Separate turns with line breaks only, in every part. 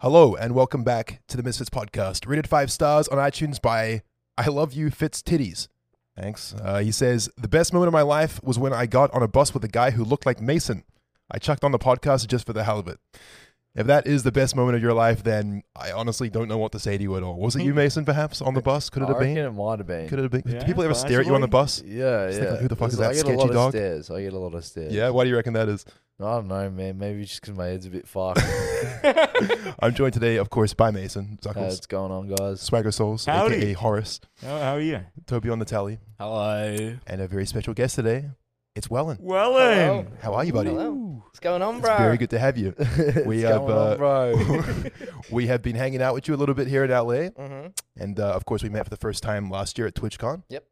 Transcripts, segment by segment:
Hello and welcome back to the Misfits podcast. Rated five stars on iTunes by I Love You Fitz Titties. Thanks. Uh, he says the best moment of my life was when I got on a bus with a guy who looked like Mason. I chucked on the podcast just for the hell of it. If that is the best moment of your life, then I honestly don't know what to say to you at all. Was it you, Mason? Perhaps on the bus? Could it
I
have
reckon
been?
it might have been.
Could it have been? Do
Hmm. Yeah,
people ever stare at you on the bus?
yeah,
Just
yeah.
think, like, who the fuck is
Listen,
that
I get a
sketchy
lot
dog?
of stares. I get a lot of stares.
Yeah. Why do you reckon that is?
I don't know, man. Maybe just because my head's a bit fucked.
I'm joined today, of course, by Mason
Uh,
Zuckles,
what's going on, guys?
Swagger Souls,
Howdy.
aka Horace,
How, how are you?
Toby on the tally,
Hello.
and a very special guest today. It's Wellen.
Well,
Hello.
um,
How are you, buddy?
Hello. What's going on,
It's
bro?
very good to have you. We
What's
have,
going
uh,
on, bro?
we have been hanging out with you a little bit here at LA,
hmm
and uh, of course, we met for the first time last year at TwitchCon.
Yep.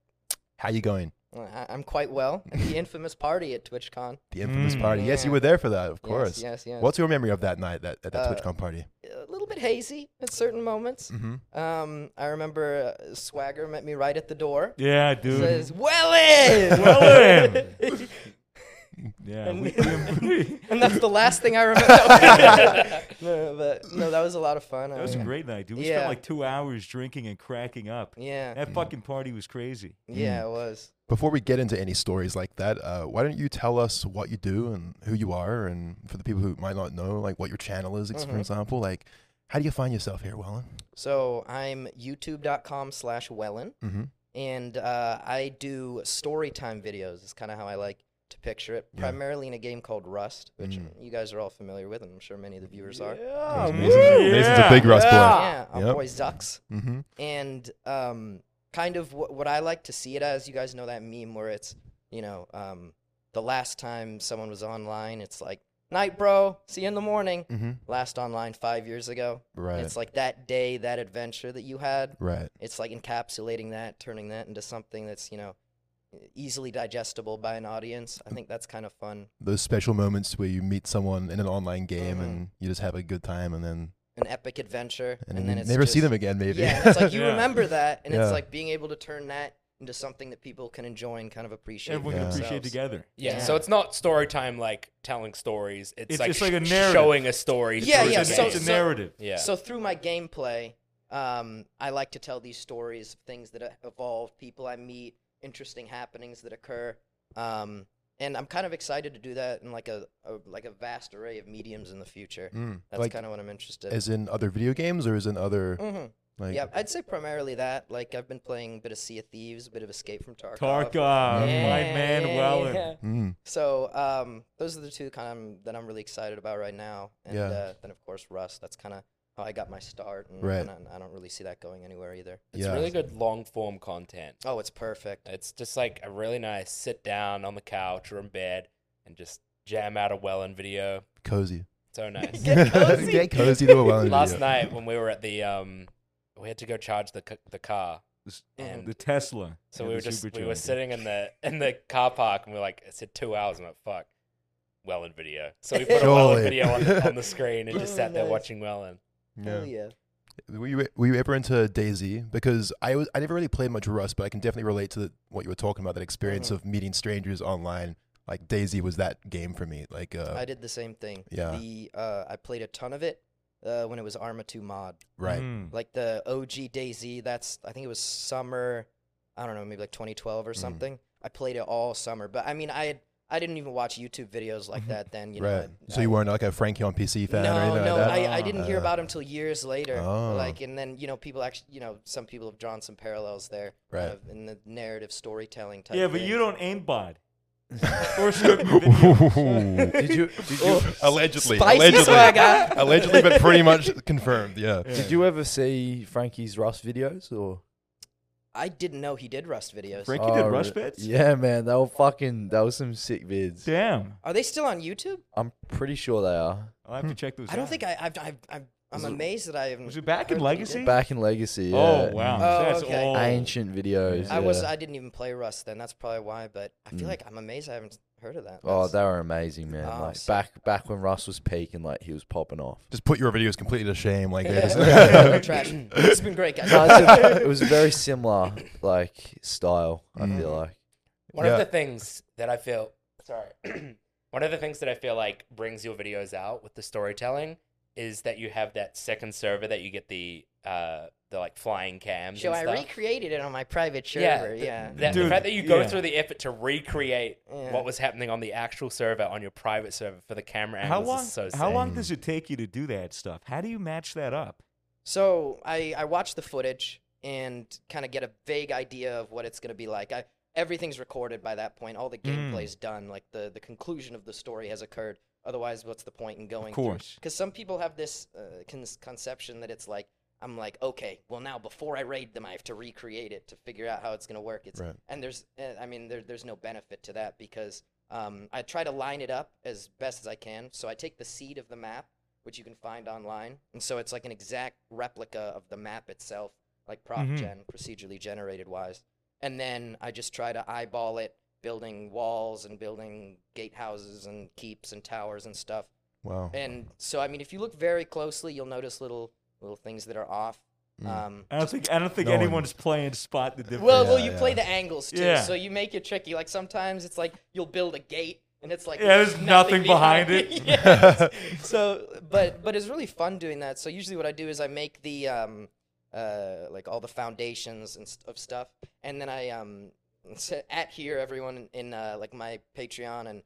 How you going?
I- I'm quite well. At the infamous party at TwitchCon.
The infamous
Mm.
party. Yes, you
Yeah.
were there for that, of course.
Yes, yes, yes.
What's your memory of that night that, at that
Uh,
TwitchCon party?
A little bit hazy at certain moments.
Mm-hmm.
Um, I remember uh, Swagger met me right at the door.
yeah, dude.
Says, "Well in,
Well yeah,
and-
we- we-
and that's the last thing I remember. no, but no, that was a lot of fun.
that was a great night, dude. We
Yeah.
spent like two hours drinking and cracking up.
Yeah, Mm.
That fucking party was crazy.
yeah, it was.
Before we get into any stories like that, uh, why don't you tell us what you do and who you are, and for the people who might not know, like what your channel is, ex for
Mhm.
example, like how do you find yourself here, Wellen?
So I'm YouTube.com/slash Wellen.
Mm-hmm.
and uh, I do story time videos. Is kind of how I like to picture it.
Yeah.
Primarily in a game called Rust, which
Mm.
you guys are all familiar with, and I'm sure many of the viewers are.
Yeah,
Mason's, Mason's a big Rust boy.
Yeah, our
Yep.
boy Zucks,
Mm-hmm.
and um, kind of wh- what I like to see it as. You guys know that meme where it's you know um, the last time someone was online, it's like night, bro, see you in the morning.
Mm-hmm.
Last online five years ago.
Right.
It's like that day, that adventure that you had.
right.
it's like encapsulating that, turning that into something that's you know easily digestible by an audience. I think that's kind of fun.
those special moments where you meet someone in an online game
Mhm.
and you just have a good time and then
An epic adventure,
and,
and,
then
then
you
it's
never see
just-
them again maybe
Yeah, and it's like you
Yeah.
remember that, and
Yeah.
it's like being able to turn that into something that people can enjoy and kind of appreciate.
Everyone
for
can
Yeah.
appreciate
themselves.
together.
Yeah,
Yeah.
so it's not story time like telling stories. It's,
It's
like,
just like a
sh-
narrative.
showing a story.
Yeah,
through
yeah,
the
It's, a-
so-
game.
it's a
so-
narrative.
yeah.
So through my gameplay, um, I like to tell these stories of things that uh, evolve, people I meet, interesting happenings that occur, um, and I'm kind of excited to do that in like a, a like a vast array of mediums in the future.
Mm.
That's
like
kind of what I'm interested. in.
as in other video games or as in other
hmm
like
yeah, I'd say primarily that. Like I've been playing a bit of Sea of Thieves, a bit of Escape from Tarkov.
Tarkov, my
Yeah,
man,
yeah,
Wellen.
yeah.
mm,
So um, those are the two kind of that I'm really excited about right now. And
Yeah.
uh, then of course Rust. That's kind of how I got my start, and,
Right.
and I, I don't really see that going anywhere either.
it's
yeah.
really good long form content.
Oh, it's perfect.
It's just like a really nice sit down on the couch or in bed and just jam out a Wellen video.
cozy
So nice.
Get cozy.
Get cozy to a well
Last night when we were at the um, we had to go charge the c- the car.
This- uh,
And-
the Tesla.
So
Yeah,
we
the
were just we
supercharger.
were sitting in the in the car park and we were like it said two hours. I'm like fuck, Wellen video. So we put a
Surely.
Wellen video on, the- on the screen and just
Oh,
sat there
nice.
watching Wellen.
Hell
yeah.
yeah.
were you were you ever into Daisy because I was I never really played much Rust but I can definitely relate to the, what you were talking about that experience
Mhm.
of meeting strangers online like Daisy was that game for me like uh,
I did the same thing.
yeah.
The uh, I played a ton of it uh, when it was Arma 2 mod.
right
Mm.
like the OG Daisy. That's I think it was summer. I don't know, maybe like 2012 or
Mm.
something. I played it all summer, but I mean, I had, I didn't even watch YouTube videos like that then. You
right
know, I-
so you weren't like a Frankie on PC fan or
no,
anything
no,
like that
I, I didn't hear
Ah.
about him till years later.
Oh.
Like, and then you know, people actually, you know, some people have drawn some parallels there,
Right.
of- in the narrative storytelling type.
Yeah, but you
thing.
don't aimbot. or script video.
did you did you
allegedly,
Spicy
allegedly,
swagger.
allegedly, but pretty much confirmed. Yeah.
Yeah.
did you ever see Frankie's Rust videos or?
I didn't know he did Rust videos.
Frankie did
Oh,
rush
re-
bits?
Yeah, man, they were fucking. That was some sick vids.
Damn.
Are they still on YouTube?
I'm pretty sure they are
I'll have to check those
I don't
out.
think I, I've, I've, I've I'm amazed that I haven't.
Was it back in
heard that he
Legacy?
did-
back in Legacy. Yeah. Mm.
Oh, wow.
Oh,
That's
okay.
old.
Ancient videos.
I was
yeah.
I didn't even play Rust then. That's probably why. But I feel like I'm amazed I haven't heard of that.
Oh,
That's-
they were amazing, man.
Ah,
Oh,
like
sick.
back back when Russ was peaking, like he was popping off.
Just put your videos completely to shame, like
Yeah.
this.
Trash. It's been great, guys.
No, it's a- it was a very similar like style. I
Mm.
feel like
One
Yeah.
of the things that I feel sorry. one of the things that I feel like brings your videos out with the storytelling is that you have that second server that you get the uh the like flying cams
So
and
I
stuff.
recreated it on my private
Yeah,
server.
th-
Yeah.
That, the
Dude,
fact that you go
yeah.
through the effort to recreate
Yeah.
what was happening on the actual server on your private server for the camera
How
angles
long?
is so sick.
how long does it take you to do that stuff? How do you match that up?
So I I watch the footage and kind of get a vague idea of what it's gonna be like. I everything's recorded by that point. All the
Mm.
gameplay's done. Like the the conclusion of the story has occurred. Otherwise, what's the point in going?
Of course.
Because some people have this uh, con- conception that it's like I'm like okay, well now before I raid them, I have to recreate it to figure out how it's gonna work. It's
Right.
and there's eh, I mean there there's no benefit to that because um, I try to line it up as best as I can. So I take the seed of the map which you can find online. And so it's like an exact replica of the map itself, like prop
Mhm.
gen, procedurally generated wise. And then I just try to eyeball it, building walls and building gatehouses and keeps and towers and stuff.
Wow.
And so I mean if you look very closely, you'll notice little little things that are off.
Hmm.
Mm.
Um
I don't think I don't think
No one-
anyone's playing spot the difference.
well, well,
Yeah,
you play
yeah.
the angles too,
Yeah.
so you make it tricky. Like sometimes it's like you'll build a gate, and it's like
Yeah, there's nothing behind it.
Yeah. so but but it's really fun doing that so usually what i do is i make the um uh like all the foundations and st- of stuff and then i um s- at here everyone in, in uh like my patreon and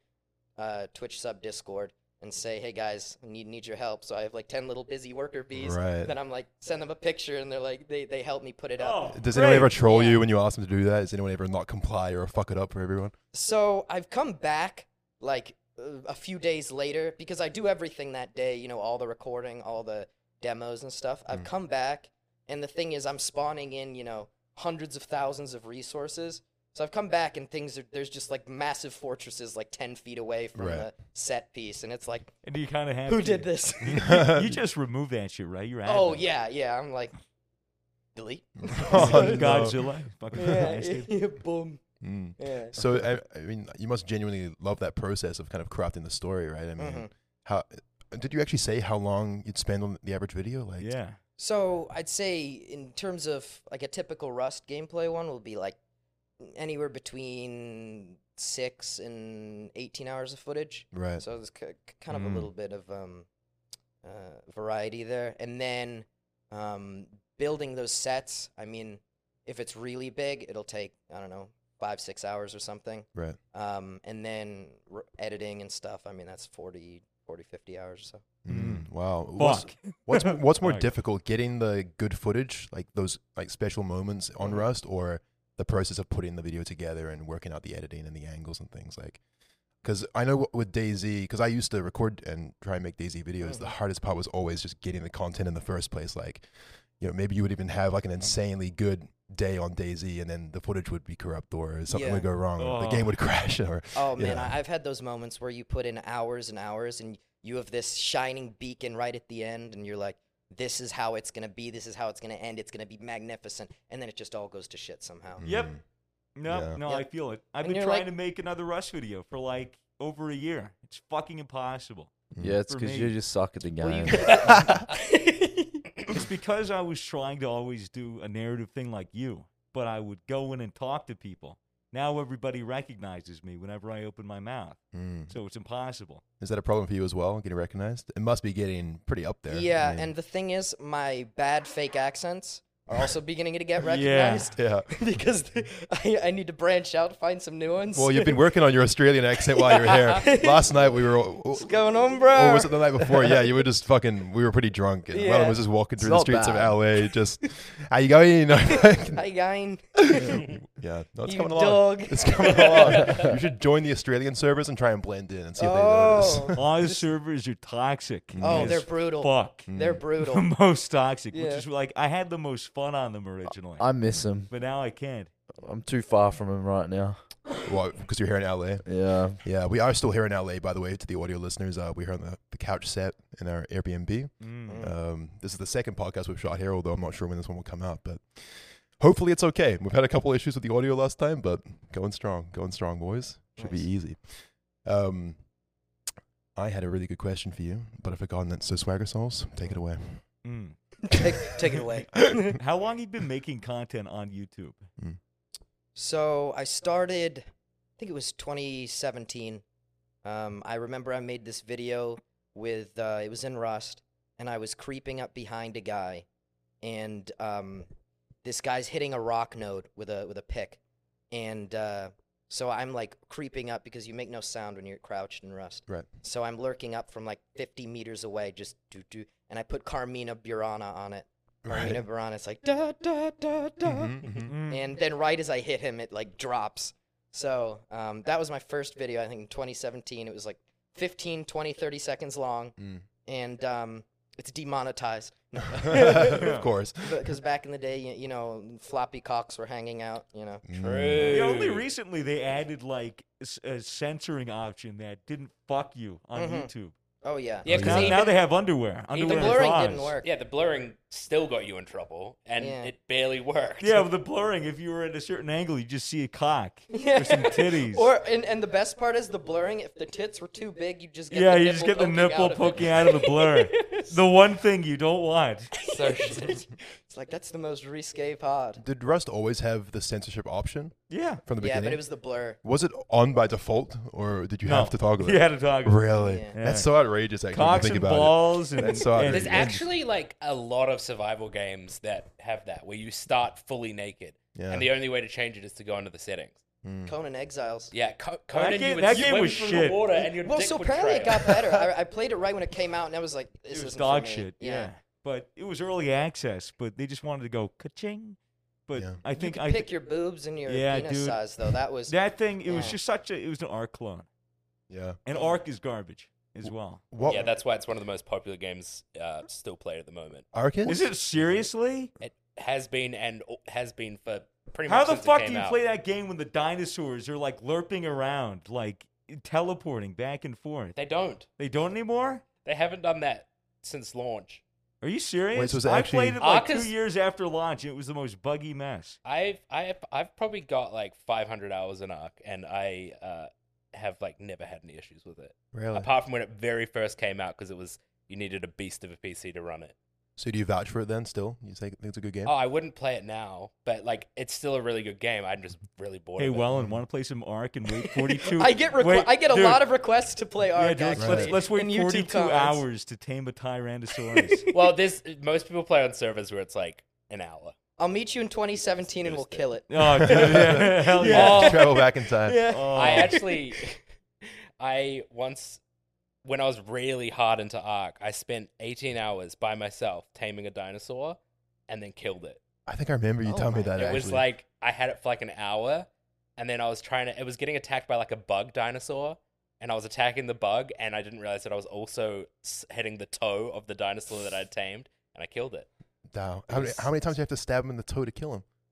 uh twitch sub discord and say hey guys I need need your help so i have like 10 little busy worker bees
Right.
then i'm like send them a picture and they're like they they help me put it up
Oh,
Does anyone
great.
ever troll
Yeah.
you when you ask them to do that? Does anyone ever not comply or fuck it up for everyone?
So I've come back like uh, a few days later because I do everything that day, you know, all the recording, all the demos and stuff.
Mm.
I've come back, and the thing is, I'm spawning in, you know, hundreds of thousands of resources. So I've come back, and things are there's just like massive fortresses like 10 feet away from
Right.
the set piece, and it's like,
And you kind of have
who
to-
did this?
You just remove that shit, right? You're
Oh,
admin.
yeah, yeah. I'm like, delete.
Oh,
Godzilla. Fucking
Yeah,
bastard.
yeah, boom.
Mm.
Yeah.
So I, I mean, you must genuinely love that process of kind of crafting the story, right? I mean,
Mhm.
how did you actually say how long you'd spend on the average video? Like,
Yeah.
So I'd say in terms of like a typical Rust gameplay one will be like anywhere between six and eighteen hours of footage.
right?
So there's k- k- kind of
Mm.
a little bit of um, uh, variety there, and then um, building those sets. I mean, if it's really big, it'll take I don't know five six hours or something.
Right.
Um, and then re- editing and stuff. I mean, that's 40, 40 50 hours or so.
Mm. Wow. What's,
Mm-hmm.
Fuck.
what's mo- what's more
Fuck.
difficult, getting the good footage, like those like special moments on
Mhm.
Rust, or the process of putting the video together and working out the editing and the angles and things like? Because I know with DayZ, because I used to record and try and make DayZ videos, the
Mm.
hardest part was always just getting the content in the first place. Like, you know, maybe you would even have
Mm.
like an insanely good day on DayZ, and then the footage would be corrupt, or something
Yeah.
would go wrong, or the
Oh.
game would crash, or
Oh man,
Yeah.
I I've had those moments where you put in hours and hours and you have this shining beacon right at the end and you're like, this is how it's going to be. This is how it's going to end. It's going to be magnificent. And then it just all goes to shit somehow.
Yep.
Mm.
No,
Yeah.
no,
Yep.
I feel it. I've
And
been
you're like-
trying to make another Rush video for like over a year. It's fucking impossible.
Yeah, it's
For
because
me.
you just suck at the
Well, you
game.
It's because I was trying to always do a narrative thing like you, but I would go in and talk to people. Now everybody recognizes me whenever I open my mouth,
Mm.
so it's impossible.
Is that a problem for you as well, getting recognized? It must be getting pretty up there. I
yeah,
mean-
and the thing is, my bad fake accents are also beginning to get
Yeah.
recognized
yeah.
because th- I, I need to branch out, find some new ones.
Well, you've been working on your Australian accent while you were here. Last night we were.
What's going on, bro?
Or was it the night before? Yeah, you were just fucking. We were pretty drunk, and Wellen
Yeah.
was just walking through
It's
the
not
streets
bad.
of LA. Just, how you going?
Hi, guy.
yeah, no, it's
You
coming along.
dog.
It's coming along. you should join the Australian servers and try and blend in and see if they
Oh,
notice.
All the servers are toxic.
oh,
as
they're brutal.
fuck.
They're brutal.
The most toxic, which
Yeah.
is like I had the most fun on them originally,
I miss him.
but now I can't.
I'm too far from him right now.
Well, because you're here in LA.
Yeah.
Yeah, we are still here in LA, by the way, to the audio listeners. Uh, we're here on the, the couch set in our Airbnb.
Mm.
Um, this is the second podcast we've shot here, although I'm not sure when this one will come out, but hopefully it's okay. We've had a couple issues with the audio last time, but going strong, going strong, boys. Should be
Nice.
easy. Um, I had a really good question for you, but I've forgotten it. So, Swagger Souls, take it away.
Mm.
take, take it away.
How long you been making content on YouTube?
So I started, I think it was 2017. Um, I remember I made this video with, uh, it was in Rust, and I was creeping up behind a guy, and um, this guy's hitting a rock node with a with a pick, and uh, so I'm like creeping up because you make no sound when you're crouched in rust.
Right.
So I'm lurking up from like 50 meters away, just do do, and I put Carmina Burana on it. Carmina Burana, it's like da da da da,
Mhm, mhm.
Mm.
Mm-hmm. and then right as I hit him, it like drops. So um, that was my first video. I think in 2017, it was like 15, 20, 30 seconds long,
Mm.
and um, it's demonetized
mm-hmm. of course.
because back in the day, you, you know, floppy cocks were hanging out. You know,
Mm.
Yeah, only
Dude.
recently they added like s- a censoring option that didn't fuck you on
Mhm.
YouTube.
oh yeah,
Yeah, 'cause
Now,
even-
now they have underwear.
even
Underwear
the
Where
and
blurring
bras.
didn't work.
Yeah, the blurring still got you in trouble, and
Yeah.
it barely worked.
Yeah, with the blurring, if you were at a certain angle, you just see a cock or some titties.
Or and, and the best part is the blurring. If the tits were too big, you just get
yeah,
the
you just get the nipple poking
out.
out of the blur. the one thing you don't want.
So
of it. it's like that's the most risque pod.
Did Rust always have the censorship option
Yeah.
from the
Yeah,
beginning?
but it was the blur.
was it on by default, or did you
No.
have to toggle it?
You had to toggle. it.
Really?
Yeah.
That's so outrageous. Actually, when you
Cocks
think
and
about
balls and,
That's so
and
There's
outrageous.
actually like a lot of survival games that have that, where you start fully naked,
it. Yeah.
and the only way to change it is to go into the settings.
Hmm.
Mm.
Conan Exiles.
Yeah, Co- Conan,
game-
you would
that game
swim
was
through
shit.
the water, and your
Well,
dick
so
would
apparently it
trail.
got better. I, I played it right when it came out, and I was like, "This
it was
isn't
dog
for me.
shit. Yeah. But it was early access, but they just wanted to go ka-ching. But
Yeah.
I
You
think
could
I
pick
thi-
your boobs and your
Yeah,
penis
dude.
size, though. That was
that thing, it was
Yeah.
just such a, it was an ARC clone.
yeah.
And ARC is garbage as well.
What?
Yeah, that's why it's one of the most popular games uh, still played at the moment.
Arcus?
Is it seriously?
It has been and o- has been for pretty
How
much
the
since
fuck do
it came
you
out.
play that game when the dinosaurs are like lurping around, like teleporting back and forth?
They don't.
They don't anymore?
They haven't done that since launch.
Are you serious?
Wait, so is it
I
actually-
played it like
Arcus-
two years after launch. and It was the most buggy mess.
I've I've I've probably got like 500 hours in Ark, and I uh, have like never had any issues with it,
Really?
apart from when it very first came out because it was you needed a beast of a PC to run it.
So do you vouch for it then? Still, you say think it's a good game?
Oh, I wouldn't play it now, but like it's still a really good game. I'm just really bored.
Hey,
of it.
Hmm.
Wellen, want to play some Ark and wait 42?
I get requ-
wait,
I get a
dude,
lot of requests to play
Yeah,
Ark.
dude, let's,
actually,
let's, let's wait
in YouTube
42
comments.
hours to tame a Tyrannosaurus.
well, this most people play on servers where it's like an hour.
I'll meet you in 2017, and we'll kill it.
oh, dude. Yeah, hell yeah.
Oh.
Travel back in time.
Oh.
I actually, I once, when I was really hard into Ark, I spent 18 hours by myself taming a dinosaur, and then killed it.
I think I remember you
Oh
telling me
my
that.
it
actually.
was like I had it for like an hour, and then I was trying to. It was getting attacked by like a bug dinosaur, and I was attacking the bug, and I didn't realize that I was also s- hitting the toe of the dinosaur that I tamed, and I killed it
Wow. How many, how many times do you have to stab him in the toe to kill him?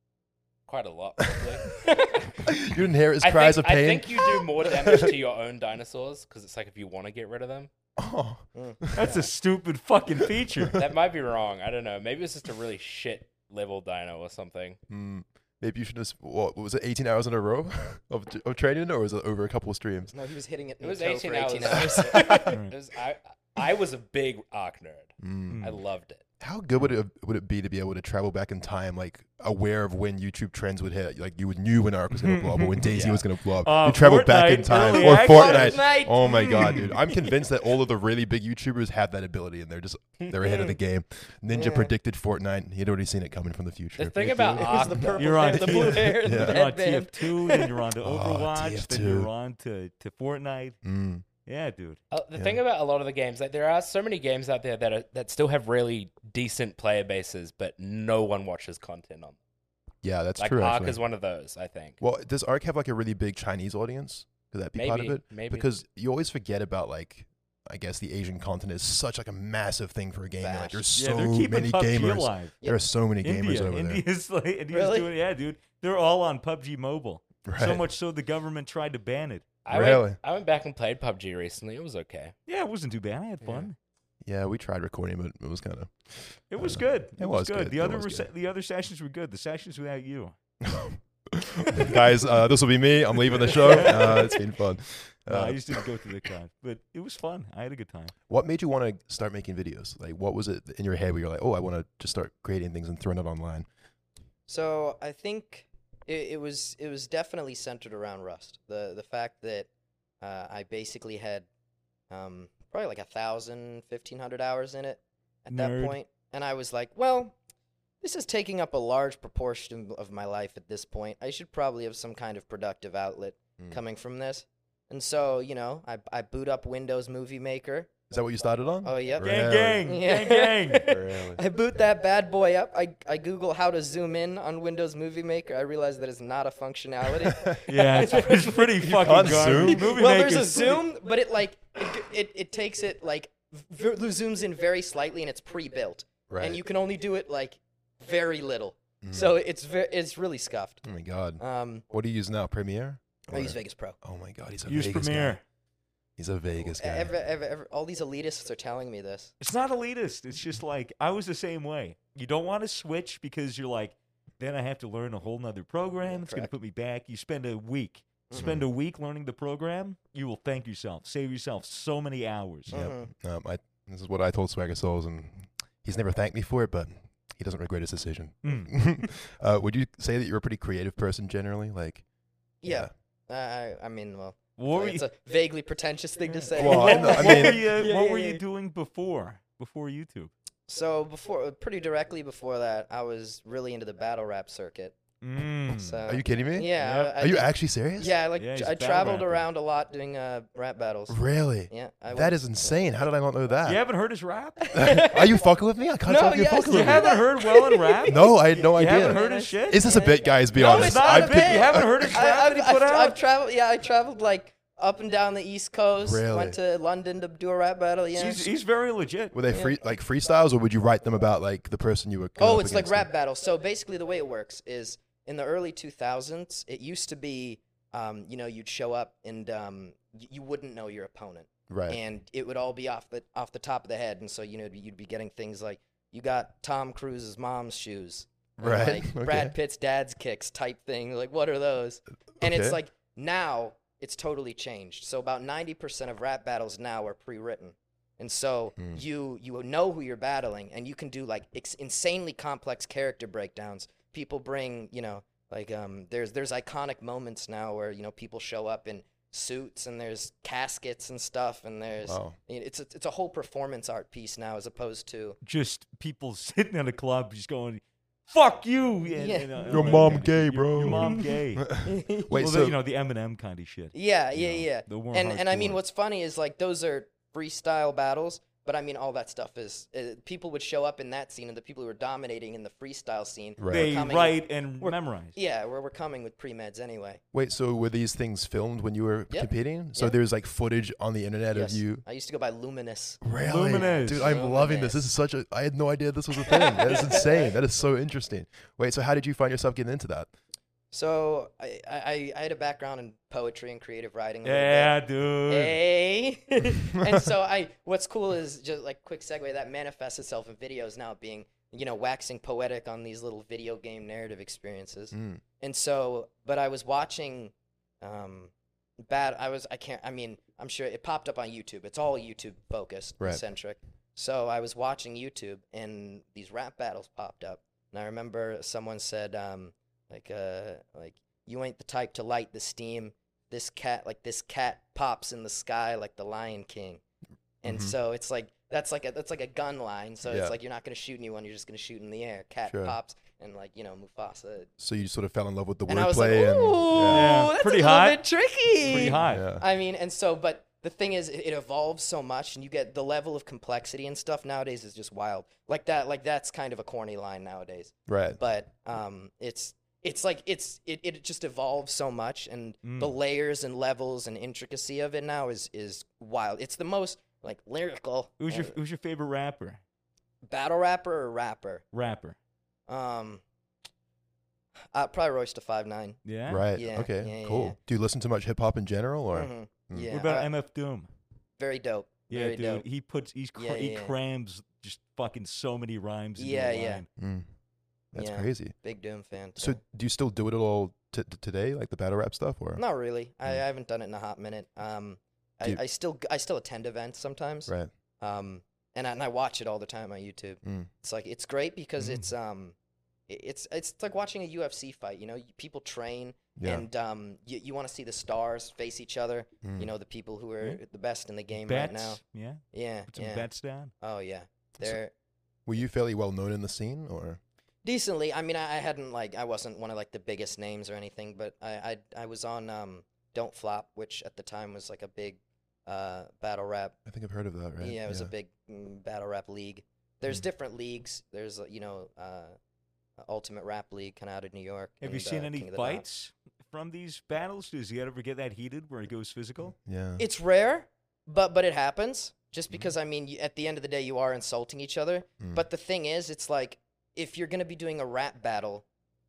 quite a lot. Probably.
you didn't hear his
I
cries
think,
of pain.
I think you do more damage to your own dinosaurs because it's like if you want to get rid of them.
Oh,
That's a stupid fucking feature.
that might be wrong. I don't know. Maybe it's just a really shit level dino or something.
Hmm. maybe you should have. What, what was it? Eighteen hours in a row of, of training, or was it over a couple of streams?
No, he was hitting it. In
It was
the toe
18
for 18
hours.
hours.
It was- I, I was a big arc nerd.
Hmm.
I loved it.
How good would it would it be to be able to travel back in time, like aware of when YouTube trends would hit? Like you would knew when Ark was going to
Mm-hmm,
blow up, or when Daisy was going to blow up.
Uh,
you traveled back in
Fortnite,
time,
early
or Fortnite.
access.
Fortnite.
Oh my god,
Mm.
dude! I'm convinced that all of the really big YouTubers have that ability, and they're just
Mm-hmm.
they're ahead of the game. Ninja
Yeah.
predicted Fortnite; and he had already seen it coming from the future.
The thing about
It was the
Ark,
purple
You're on
bear, the blue
TF2.
bear, and
Yeah.
the
You're on
headband.
TF2, then you're on to
Oh,
Overwatch, then
TF2.
you're on to, to Fortnite.
Mm.
Yeah, dude.
uh, the
Yeah.
thing about a lot of the games, like there are so many games out there that are, that still have really decent player bases, but no one watches content on. them.
Yeah, that's
like
true.
Ark
actually.
is one of those, I think.
Well, does Ark have like a really big Chinese audience? Could that be part of
Maybe,
it?
maybe.
Because you always forget about like I guess the Asian continent is such like a massive thing for a game. Like
Vast.
there's
Yeah,
so
they're keeping
many
PUBG
gamers.
alive.
There are so many gamers
India,
over there.
India's like, India's
Really?
doing, yeah, dude. They're all on PUBG Mobile. So
Right.
much so the government tried to ban it.
I
Really?
Went, I went back and played PUBG recently. It was okay.
Yeah, it wasn't too bad. I had fun.
Yeah, we tried recording, but it was kind of
It was
Uh,
good. It, was, good. The
It
other
was
rese-
good.
the other sessions were good. The sessions without you.
guys. Uh, this will be me. I'm leaving the show. Uh, it's been fun.
No, I
Uh,
just didn't go to the con, but it was fun. I had a good time.
what made you want to start making videos? Like, what was it in your head where you're like, oh, I want to just start creating things and throwing it online?
So I think it, it was it was definitely centered around Rust. The the fact that uh, I basically had um, probably like a thousand, fifteen hundred hours in it, at that
Nerd.
point, and I was like, well, this is taking up a large proportion of my life at this point. I should probably have some kind of productive outlet coming from this. And so, you know, I, I boot up Windows Movie Maker.
Is that what you started on?
Oh, yep.
Really?
Gang, gang,
Yeah.
gang, gang.
Really?
I boot that bad boy up. I, I Google how to zoom in on Windows Movie Maker. I realize that is not a functionality.
Yeah, it's, it's pretty
can't
fucking garbage.
zoom?
Movie
well, there's a
maker's pretty-
zoom, but it like it, it, it takes it like v- zooms in very slightly, and it's pre-built,
Right. Mm-hmm.
and you can only do it like very little. So it's ve- it's really scuffed.
Oh my god.
Um,
What do you use now? Premiere?
I use
Or-
Vegas Pro.
Oh my god, he's a
Use
Vegas
Premiere.
guy. He's a Vegas guy.
Ev- ev- ev- all these elitists are telling me this.
It's not elitist. It's just like I was the same way. You don't want to switch because you're like, then I have to learn a whole nother program. it's going to
correct. Mm-hmm.
put me back. You spend a week. Spend a week learning the program. You will thank yourself. Save yourself so many hours.
Yep.
Mhm.
Um, I, this is what I told Swagger Souls, and he's never thanked me for it, but he doesn't regret his decision.
Mm.
uh, would you say that you're a pretty creative person generally? Like,
Yeah, I I I mean, well,
What were you,
it's a vaguely pretentious thing to say.
Well, I know- I
what
mean-
were you, what
yeah,
were
yeah,
you
yeah.
doing before before YouTube?
so before, pretty directly before that, I was really into the battle rap circuit.
Mm.
So
Are you kidding me?
Uh, yeah,
Yep.
I- I
Are you
did-
actually serious?
Yeah, I, like
Yeah,
tr-
he's
I
battle
traveled
rapping.
around a lot doing uh, rap battles.
Really?
Yeah, I
That
would-
is insane. How did I not know that?
You haven't heard his rap?
Are you fucking with me? I can't
No,
tell if you're
yes,
fucking
you
you
with me.
haven't heard Well and Rap?
No, I had no
You
idea.
haven't heard his shit?
Is this a bit, guys? Be
No,
honest.
it's not
I
a
picked-
bit.
You haven't heard his
I,
rap
I've,
that he
I've,
put out?
I've traveled. Yeah, I traveled like up and down the East Coast.
Really?
Went to London to do a rap battle. Yeah.
He's, he's very legit.
Were they free like freestyles, or would you write them about like the person you were? coming
oh,
up
it's like
against?
rap battles. So basically, the way it works is in the early 2000s, it used to be, um, you know, you'd show up and um, y- you wouldn't know your opponent.
Right.
and it would all be off the off the top of the head, and so you know you'd be getting things like you got Tom Cruise's mom's shoes, and,
Right,
Like Brad
okay.
Pitt's dad's kicks type thing. Like what are those? And it's
Okay.
like now it's totally changed. So about ninety percent of rap battles now are pre-written, and so
Hmm.
you you know who you're battling, and you can do like ex- insanely complex character breakdowns. People bring you know like um there's there's iconic moments now where you know people show up in suits and there's caskets and stuff and there's
Wow.
I mean, it's a, it's a whole performance art piece now as opposed to
Just people sitting at a club just going, fuck you. and-
Yeah.
and, uh,
Your
like,
mom
your-
gay, bro.
Your mom gay.
Wait,
well,
so
the- you know, the Eminem kind of shit.
yeah
You
yeah
know,
yeah
the more
and and I mean
hardcore.
what's funny is like those are freestyle battles but I mean all that stuff is uh, people would show up in that scene and the people who were dominating in the freestyle scene
Right.
They
coming-
write and
we're-
memorize.
yeah where we're coming with pre-meds anyway
Wait, so were these things filmed when you were
Yeah.
competing? So
Yeah.
there was like footage on the internet
yes
of you.
I used to go by Luminous
Really,
Luminous.
dude, I'm loving this.
Luminous.
This is such a. I had no idea this was a thing. that is insane. That is so interesting. Wait, so how did you find yourself getting into that?
so I, I I had a background in poetry and creative writing a little bit.
Yeah, dude.
Hey. and so I what's cool is just like quick segue that manifests itself in videos now being, you know, waxing poetic on these little video game narrative experiences.
Mm.
And so but I was watching um bad I was I can't I mean, I'm sure it popped up on YouTube. It's all YouTube focused,
Right.
centric. So I was watching YouTube and these rap battles popped up. And I remember someone said um like uh like you ain't the type to light the steam this cat like this cat pops in the sky like the lion king and
Mhm.
so it's like that's like a that's like a gun line so
Yeah.
it's like you're not going to shoot anyone you're just going to shoot in the air cat
Sure.
pops and like you know mufasa
So you sort of fell in love with the
and i was like
wordplay. and-
ooh
yeah.
Yeah,
that's
pretty
a little
hot.
bit tricky
Pretty hot.
Yeah.
i mean and so but the thing is it, it evolves so much and you get the level of complexity and stuff nowadays is just wild like that like that's kind of a corny line nowadays
Right.
but um, it's it's like it's it, it just evolves so much and
Mm. Hmm.
the layers and levels and intricacy of it now is is wild it's the most like lyrical
Who's your
and
Who's your favorite rapper?
battle rapper or rapper
Rapper.
um uh, probably royce to 5-9
Yeah.
Right.
Yeah,
okay.
yeah, yeah,
cool.
yeah.
Do you listen to much hip hop in general, or
Mhm.
Mm.
yeah
What about
uh,
MF Doom?
very dope
Yeah,
very
dude.
dope
He puts he's cr-
Yeah,
he
yeah, yeah.
crams just fucking so many rhymes. into
Yeah,
a
yeah.
line.
Mm. that's
Mm-hmm. Yeah.
crazy?
big doom fan
So
too.
do you still do it at all t- t- today, like the battle rap stuff, or
not really I, I haven't done it in a hot minute um I,
Dude.
I still i still attend events sometimes
right?
um, and I, and I watch it all the time on YouTube.
Mm.
It's like it's great because
Mm.
it's um, i- it's it's like watching a UFC fight. You know, you, people train,
Yeah.
and um, you, you want to see the stars face each other.
Mm.
You know, the people who are the best in the game
Bets.
right now.
Yeah.
Yeah,
Put some
yeah.
bets down.
Oh yeah,
So-
they're
Were you fairly well known in the scene, or
decently. I mean, I, I hadn't like I wasn't one of like the biggest names or anything, but I I, I was on um Don't Flop, which at the time was like a big uh battle rap.
I think I've heard of that, right?
Yeah, it was a big mm, battle rap league. There's
Mm.
different leagues. There's uh, you know uh Ultimate Rap League kind of out of New York.
Have you
and,
seen
uh, King
any
of the Dot.
fights from these battles? Does he ever get that heated where he goes physical?
Yeah.
It's rare, but but it happens. Just because I mean, you- at the end of the day, you are insulting each other.
Mm.
But the thing is, it's like if you're gonna be doing a rap battle,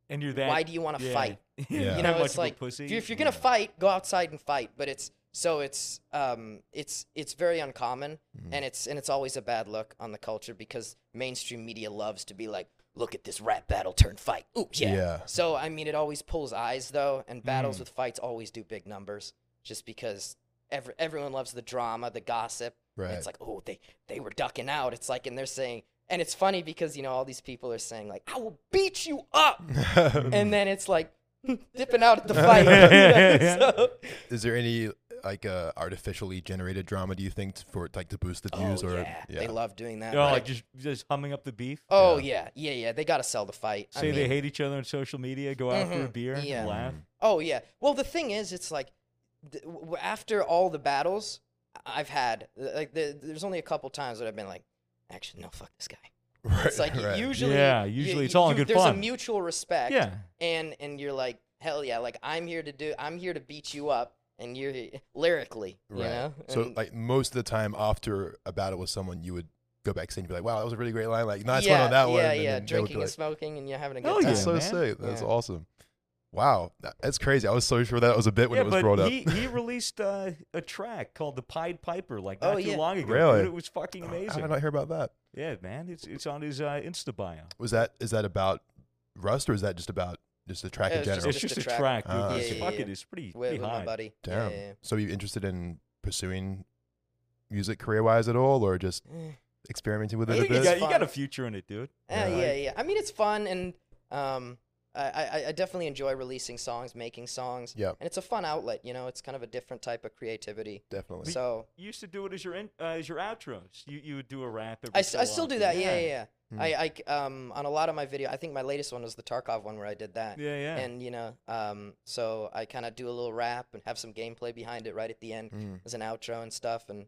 And you're that.
why do you want to
yeah.
fight?
Yeah.
You
that
know,
much
it's
of a
like
pussy?
if you're, if you're gonna
Yeah.
fight, go outside and fight. But it's so it's um it's it's very uncommon,
Mm.
and it's and it's always a bad look on the culture because mainstream media loves to be like, look at this rap battle turn fight. Ooh yeah.
Yeah.
So I mean, it always pulls eyes though, and battles
Mm.
with fights always do big numbers, just because every, everyone loves the drama, the gossip. and
Right.
It's like, oh, they they were ducking out. It's like, and they're saying, and it's funny because you know all these people are saying like, I will beat you up, and then it's like dipping out at the fight.
Yeah, yeah, yeah.
So-
Is there any like uh, artificially generated drama? Do you think t- for like to boost the views
oh
or
yeah, they love doing that.
You know,
right?
Oh, like just just humming up the beef.
oh yeah. yeah, yeah, They gotta sell the fight. I
Say they
mean-
hate each other on social media. Go out for a
Mhm,
beer. and
yeah.
Laugh.
Oh yeah. Well, the thing is, it's like th- w- w- after all the battles I- I've had, like the, there's only a couple times that I've been like, actually, no, fuck this guy.
Right,
It's like
right.
usually,
Yeah,
you-
usually it's
you-
all in
you-
good
there's
fun.
a mutual respect.
Yeah.
And and you're like, hell yeah, like I'm here to do, I'm here to beat you up, and you're he- lyrically, you
Right.
know.
So
And
like most of the time after a battle with someone, you would go backstage and be like, "Wow, that was a really great line. Like nice
yeah,
one on that
yeah,
one."
Yeah,
and then they would be
Drinking and
like,
smoking, and you're having a good
Hell
time.
That's so
man.
sick. That's
Yeah.
awesome. Wow, That- that's crazy. I was so sure that was a bit when
yeah,
it was
but
brought up.
he he released uh, a track called "The Pied Piper" like
Oh,
not too
yeah.
long ago.
Really?
dude. it was fucking
How did I
amazing.
not hear about that?
Yeah, man, it's it's on his uh, Insta bio.
Was that is that about Rust or is that just about just the track
It
in
was just-
general?
It's just,
a
a
track.
track.
Ah,
dude.
I
It's
see.
fuck
Yeah, yeah,
it, it's pretty
With,
pretty
with my
high.
buddy.
Damn.
Yeah,
So you interested in pursuing music career wise at all, or just
yeah, Eh, yeah.
experimenting with
I
it a
think you
bit?
is
got, you
fun.
got a future in it, dude.
Yeah,
Yeah.
yeah, yeah. I mean, it's fun, and um, I, I, I definitely enjoy releasing songs, making songs.
Yeah.
And it's a fun outlet, you know. It's kind of a different type of creativity.
Definitely.
So
You used to do it as your in, uh, as your outros. You you would do a rap. Every
I, s-
so
I still
often.
do that. Yeah, yeah. yeah.
Hmm.
I, I c- um on a lot of my video. I think my latest one was the Tarkov one where I did that.
yeah, yeah.
And you know, um, so I kind of do a little rap and have some gameplay behind it right at the end
Mm.
as an outro and stuff. And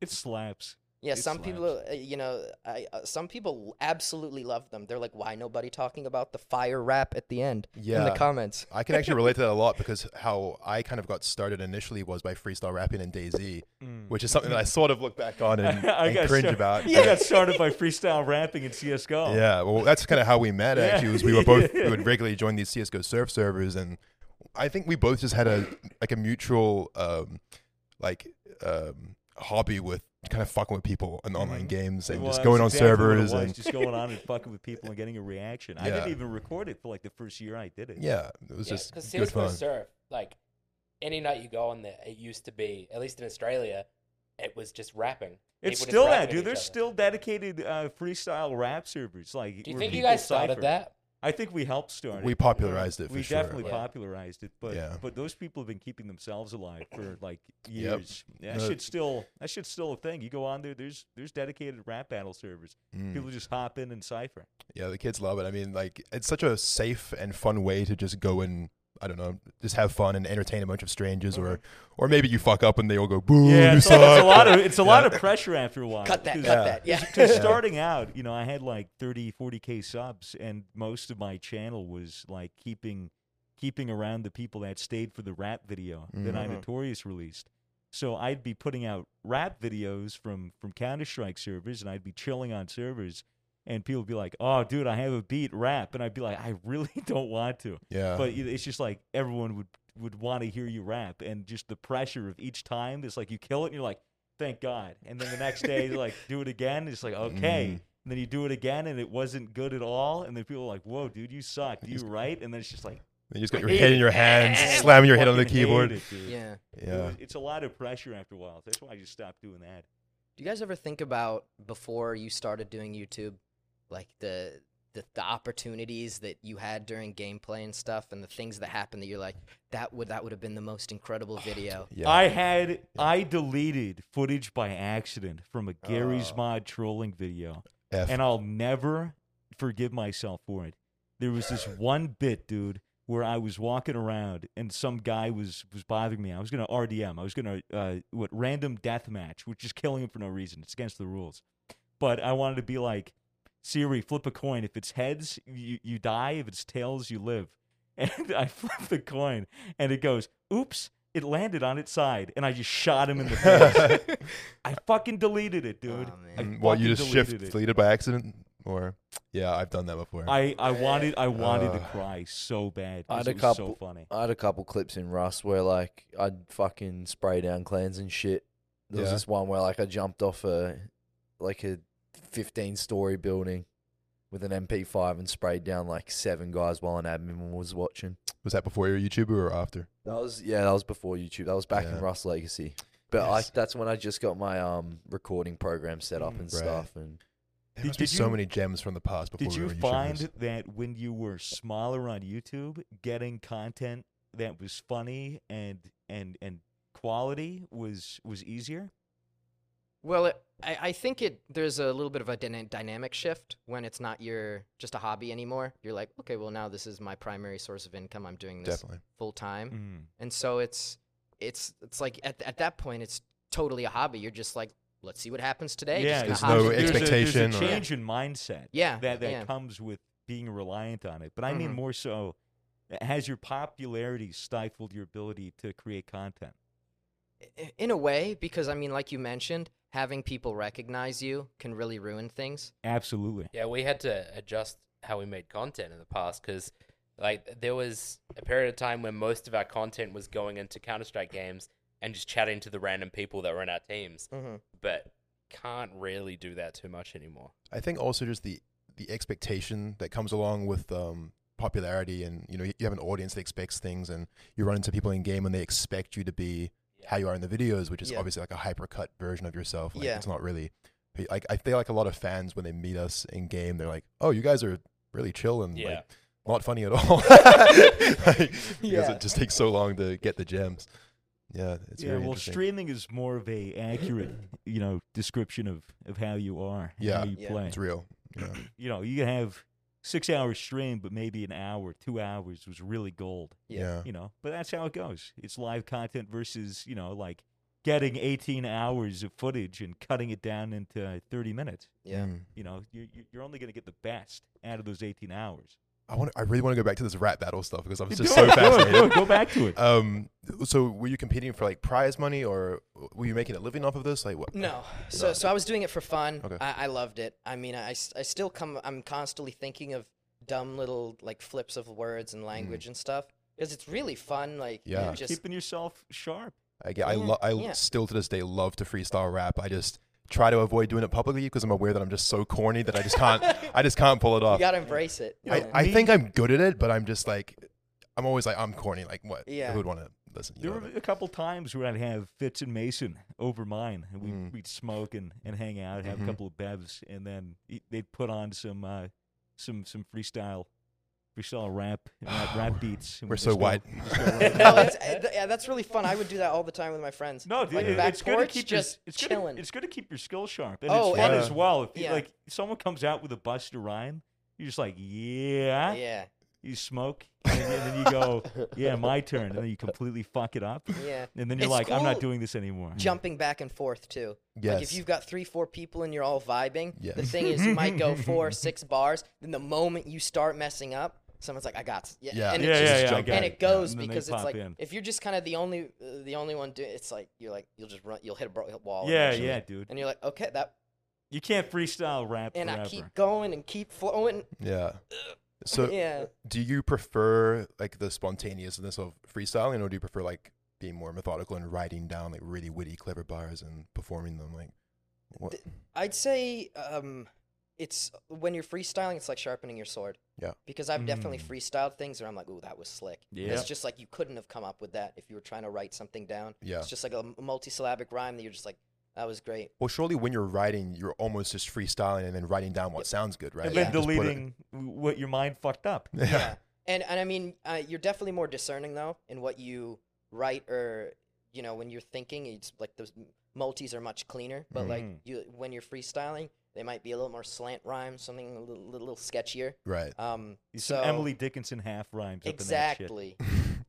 it slaps.
yeah,
It
some people, uh, you know, I uh, some people absolutely love them. They're like, why nobody talking about the fire rap at the end in
Yeah.
the comments?
I can actually relate to that a lot because how I kind of got started initially was by freestyle rapping and Daisy,
Mm.
which is something that I sort of look back on and,
I
and
got
cringe
started-
about.
I got started by freestyle rapping in CS:GO.
Yeah, well, that's kind of how we met.
Oh. Yeah.
Actually, was we were both we would regularly join these CS:GO surf servers, and I think we both just had a like a mutual um, like um, hobby with kind of fucking with people in online
Mhm.
games and
Well,
just
that's
going on
exactly what it
servers
was,
and
just going on and fucking with people and getting a reaction. I
Yeah.
didn't even record it for like the first year I did it.
yeah, it was
Yeah,
just
because
good
CSGO
fun.
Surf, like any night you go on there, it used to be, at least in Australia, it was just rapping.
it's
People just
still that,
rapping at
dude.
each
There's
other.
still dedicated uh, freestyle rap servers. Like,
Do you
where
think you
people
guys started
cipher.
that?
I think we helped start it.
We popularized it for
we
sure.
definitely
Yeah.
popularized it, but
Yeah.
but those people have been keeping themselves alive for like
Yep. Uh,
years. That
No.
shit's still that shit's still a thing. You go on there, there's there's dedicated rap battle servers.
Mm.
People just hop in and cipher.
Yeah, the kids love it. I mean, like it's such a safe and fun way to just go and I don't know, just have fun and entertain a bunch of strangers, or or maybe you fuck up and they all go boo.
Mm-hmm. Yeah,
you
it's, a- it's
suck,"
a lot
or-
of it's a lot of pressure after a while.
Cut that,
because-
cut that. Yeah.
Because starting out, you know, I had like 30, 40k subs, and most of my channel was like keeping keeping around the people that stayed for the rap video that I
Mhm.
Notorious released. So I'd be putting out rap videos from from Counter Strike servers, and I'd be chilling on servers, and people would be like, "Oh, dude, I have a beat rap," and I'd be like, "I really don't want to."
yeah.
but it- it's just like everyone would would want to hear you rap and just the pressure of each time it's like you kill it and you're like thank god and then the next day you're like do it again it's like okay
Mm.
and then you do it again and it wasn't good at all and then people are like whoa dude you suck do you write and then it's just like
you just got your head in your hands, slamming your head on the
fucking hate
keyboard.
it, dude.
Yeah.
It
Yeah,
was- it's a lot of pressure after a while that's why i just stopped doing that
Do you guys ever think about before you started doing YouTube, like the the, the opportunities that you had during gameplay and stuff, and the things that happened that you're like, that would that would have been the most incredible video.
yeah.
I had I deleted footage by accident from a Gary's
Oh.
mod trolling video.
F.
and I'll never forgive myself for it. There was this one bit, dude, where I was walking around and some guy was was bothering me. I was gonna RDM. I was gonna uh, what random death match, which is killing him for no reason. It's against the rules. But I wanted to be like Siri, flip a coin. If it's heads, you you die. If it's tails, you live. And I flipped the coin, and it goes, "Oops." It landed on its side, and I just shot him in the face. I fucking deleted it, dude.
Aw, man.
I
Mm, well, you
fucking
just shift
deleted it.
deleted by accident, or yeah, I've done that before.
I, I wanted I wanted to
Ugh.
cry so bad.
I had
'cause
a
it was so
couple-
funny.
I had a couple clips in Rust where like I'd fucking spray down clans and shit. There was
Yeah.
this one where like I jumped off a like a fifteen story building with an MP five and sprayed down like seven guys while an admin was watching.
was that before you were a YouTuber or after?
That was yeah, that was before YouTube. That was back
Yeah.
in Rust Legacy. But
Yes.
like that's when I just got my um recording program set up
Mm.
and
Right.
stuff and
There
Did-
must be
did
so
you-
many gems from the past before
Did
we
you
were YouTubers.
find that when you were smaller on YouTube, getting content that was funny and and and quality was was easier?
Well, it, I, I think it there's a little bit of a dyna- dynamic shift when it's not your just a hobby anymore. You're like, okay, well now this is my primary source of income. I'm doing this
definitely? Mm.
full time,
Mm-hmm.
and so it's it's it's like at at that point it's totally a hobby. You're just like, let's see what happens today.
Yeah,
there's
just gonna hop
no
into it.
There's a-
expectation
There's
or-
a, change in mindset.
Yeah,
that that
yeah.
comes with being reliant on it. But I mean
Mm-hmm.
Mhm.
more so, has your popularity stifled your ability to create content?
I- in a way because I mean, like you mentioned, having people recognize you can really ruin things.
Absolutely.
Yeah, we had to adjust how we made content in the past because, like, there was a period of time when most of our content was going into Counter Strike games and just chatting to the random people that were in our teams,
Mm-hmm.
but can't really do that too much anymore.
I think also just the the expectation that comes along with um, popularity, and you know, you have an audience that expects things, and you run into people in game and they expect you to be how you are in the videos, which is
Yeah.
obviously like a hypercut version of yourself. Like,
Yeah.
it's not really. Like I feel like a lot of fans when they meet us in game, they're like, "Oh, you guys are really chill and
Yeah.
like, not funny at all." Like, Because
Yeah.
it just takes so long to get the gems. Yeah, it's
yeah,
very
well,
interesting.
streaming is more of a accurate, you know, description of of how you are, and
Yeah.
how you
Yeah.
play.
it's real. Yeah.
You know, you can have six hours stream, but maybe an hour, two hours was really gold.
yeah.
You know, but that's how it goes. It's live content versus you know, like getting eighteen hours of footage and cutting it down into thirty minutes.
Yeah.
Mm.
You know, you you- you're only going to get the best out of those eighteen hours.
I want. I really want to go back to this rap battle stuff because I was
Do
just
it,
so
do it, do
fascinated.
it, Go back to it.
Um, so were you competing for like prize money, or were you making a living off of this? Like what?
No. So, so I was doing it for fun.
Okay.
I, I loved it. I mean, I, s- I still come, I'm constantly thinking of dumb little like flips of words and language and stuff because it's really fun. Like, you
Mm. Yeah.
just,
Keeping yourself sharp.
I get. I,
Yeah,
lo- I
Mm-hmm. yeah.
still to this day love to freestyle rap. I just try to avoid doing it publicly because I'm aware that I'm just so corny that I just can't. I just can't pull it
you
off.
got to embrace it.
I,
Yeah.
I think I'm good at it, but I'm just like, I'm always like, I'm corny. Like what?
Yeah.
Who would want to listen? You
There
know,
were
like-
a couple times where I'd have Fitz and Mason over mine, and we'd,
Mm.
we'd smoke and, and hang out, have
Mhm.
a couple of bevs, and then e- they'd put on some uh, some some freestyle freestyle rap rap, rap beats. and
We're
we'd
so
just go-
white.
we'd just go right
no,
at it.
it's- uh, th- yeah, that's really fun. I would do that all the time with my friends.
No, dude,
like
it-
back
it's good to
porch,
keep your,
just
it's
chilling.
Good to, it's good to keep your skill sharp, and
Oh,
it's fun
and-
as well. If you-
yeah.
like someone comes out with a buster rhyme, you're just like, yeah,
yeah,
you smoke, and, then- and then you go, yeah, my turn, and then you completely fuck it up,
yeah.
Mm.
and then you're
It's
like, I'm not
cool
doing this anymore.
Jumping back and forth too. Like if
Yes.
you've got three, four people and you're all vibing,
Yes.
the thing is you might go four, six bars. Then the moment you start messing up, someone's like, "I got." s-
Yeah.
and it
Yeah,
just
yeah, yeah, I
jump
got
in.
and
it.
it goes
And then they
because it's
pop
like
in.
if you're just kind of the only uh, the only one doing it's like you're like you'll just run you'll hit a bro- wall
Yeah,
eventually.
yeah, dude.
and you're like okay that
You can't freestyle rap
and
forever.
I keep going and keep flowing
yeah. So
yeah
do you prefer like the spontaneousness of freestyling, or do you prefer like being more methodical and writing down like really witty, clever bars and performing them? Like what?
Th- I'd say um it's when you're freestyling it's like sharpening your sword
Yeah.
because I've definitely
Mm.
freestyled things where I'm like ooh that was slick And
Yeah.
it's just like you couldn't have come up with that if you were trying to write something down
yeah.
it's just like a m- multi-syllabic rhyme that you're just like that was great
Well, surely when you're writing, you're almost just freestyling and then writing down what sounds good, right?
and
Yeah.
then
You just put it-
deleting what your mind fucked up.
Yeah.
yeah and and i mean uh, you're definitely more discerning though in what you write or you know when you're thinking it's like those m- multis are much cleaner but like
Mhm.
you when you're freestyling They might be a little more slant rhyme, something a little, little, little sketchier.
Right.
Um,
Some
so
Emily Dickinson half rhymes up in that shit.
exactly.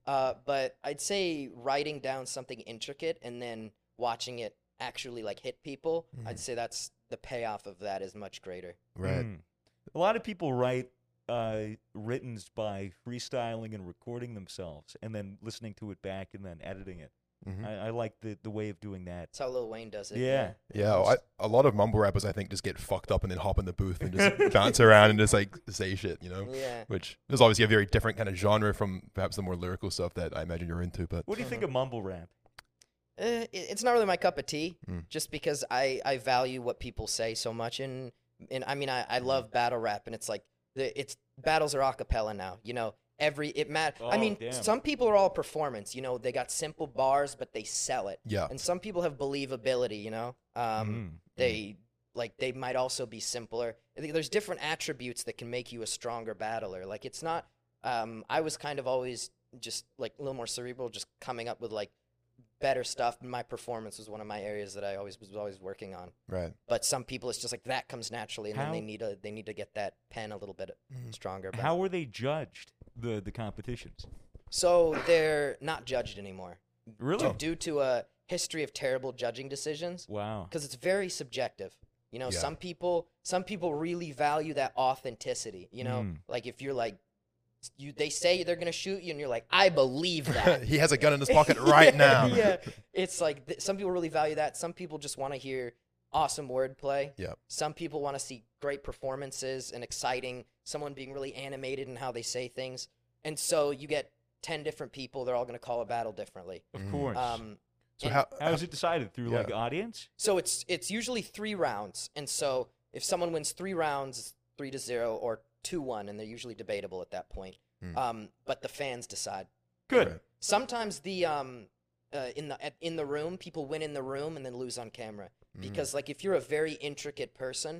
uh, but I'd say writing down something intricate and then watching it actually like hit people.
Mm.
I'd say that's the payoff of that is much greater.
Right.
Mm. A lot of people write uh, writtens by freestyling and recording themselves and then listening to it back and then editing it.
Mhm.
I, I like the, the way of doing that.
That's how Lil Wayne does it.
Yeah.
Yeah, I, a lot of mumble rappers I think just get fucked up and then hop in the booth and just bounce around and just like say shit, you know.
Yeah.
Which is obviously a very different kind of genre from perhaps the more lyrical stuff that I imagine you're into. But
What do you
Uh-huh.
think of mumble rap?
Eh, it- it's not really my cup of tea,
Mm.
just because I, I value what people say so much, and and I mean I, I
Mm.
love battle rap, and it's like the it's battles are acapella now, you know. Every it matters. I
Oh,
mean,
damn.
some people are all performance, you know. They got simple bars, but they sell it,
yeah,
and some people have believability, you know. Um,
Mm-hmm. Hmm.
they like they might also be simpler I think there's different attributes that can make you a stronger battler like it's not um i was kind of always just like a little more cerebral just coming up with like better stuff my performance was one of my areas that i always was always working on
right.
but some people it's just like that comes naturally and then they
How-
need a they need to get that pen a little bit stronger
Mm.
but-
How were they judged, the, the competitions?
so they're not judged anymore
Really?
due to a history of terrible judging decisions
Wow.
because it's very subjective. You know,
Yeah.
some people some people really value that authenticity. You know,
Mm.
like if you're like you they say they're gonna shoot you and you're like I believe that.
he has a gun in his pocket right now.
yeah, it's like th- some people really value that. Some people just want to hear awesome wordplay.
Yeah.
Some people want to see great performances and exciting someone being really animated in how they say things. And so you get ten different people. They're all gonna call a battle differently.
Of
Mm.
course.
Um,
So
and-
how,
How is it decided? Through
Yeah.
like audience?
so it's it's usually three rounds, and so if someone wins three rounds, it's three to zero or two one, and they're usually debatable at that point.
Hmm.
Um, but the fans decide.
Good.
Right.
Sometimes the um, uh, in the at, in the room, people win in the room and then lose on camera
Mm, Mm-hmm.
because like if you're a very intricate person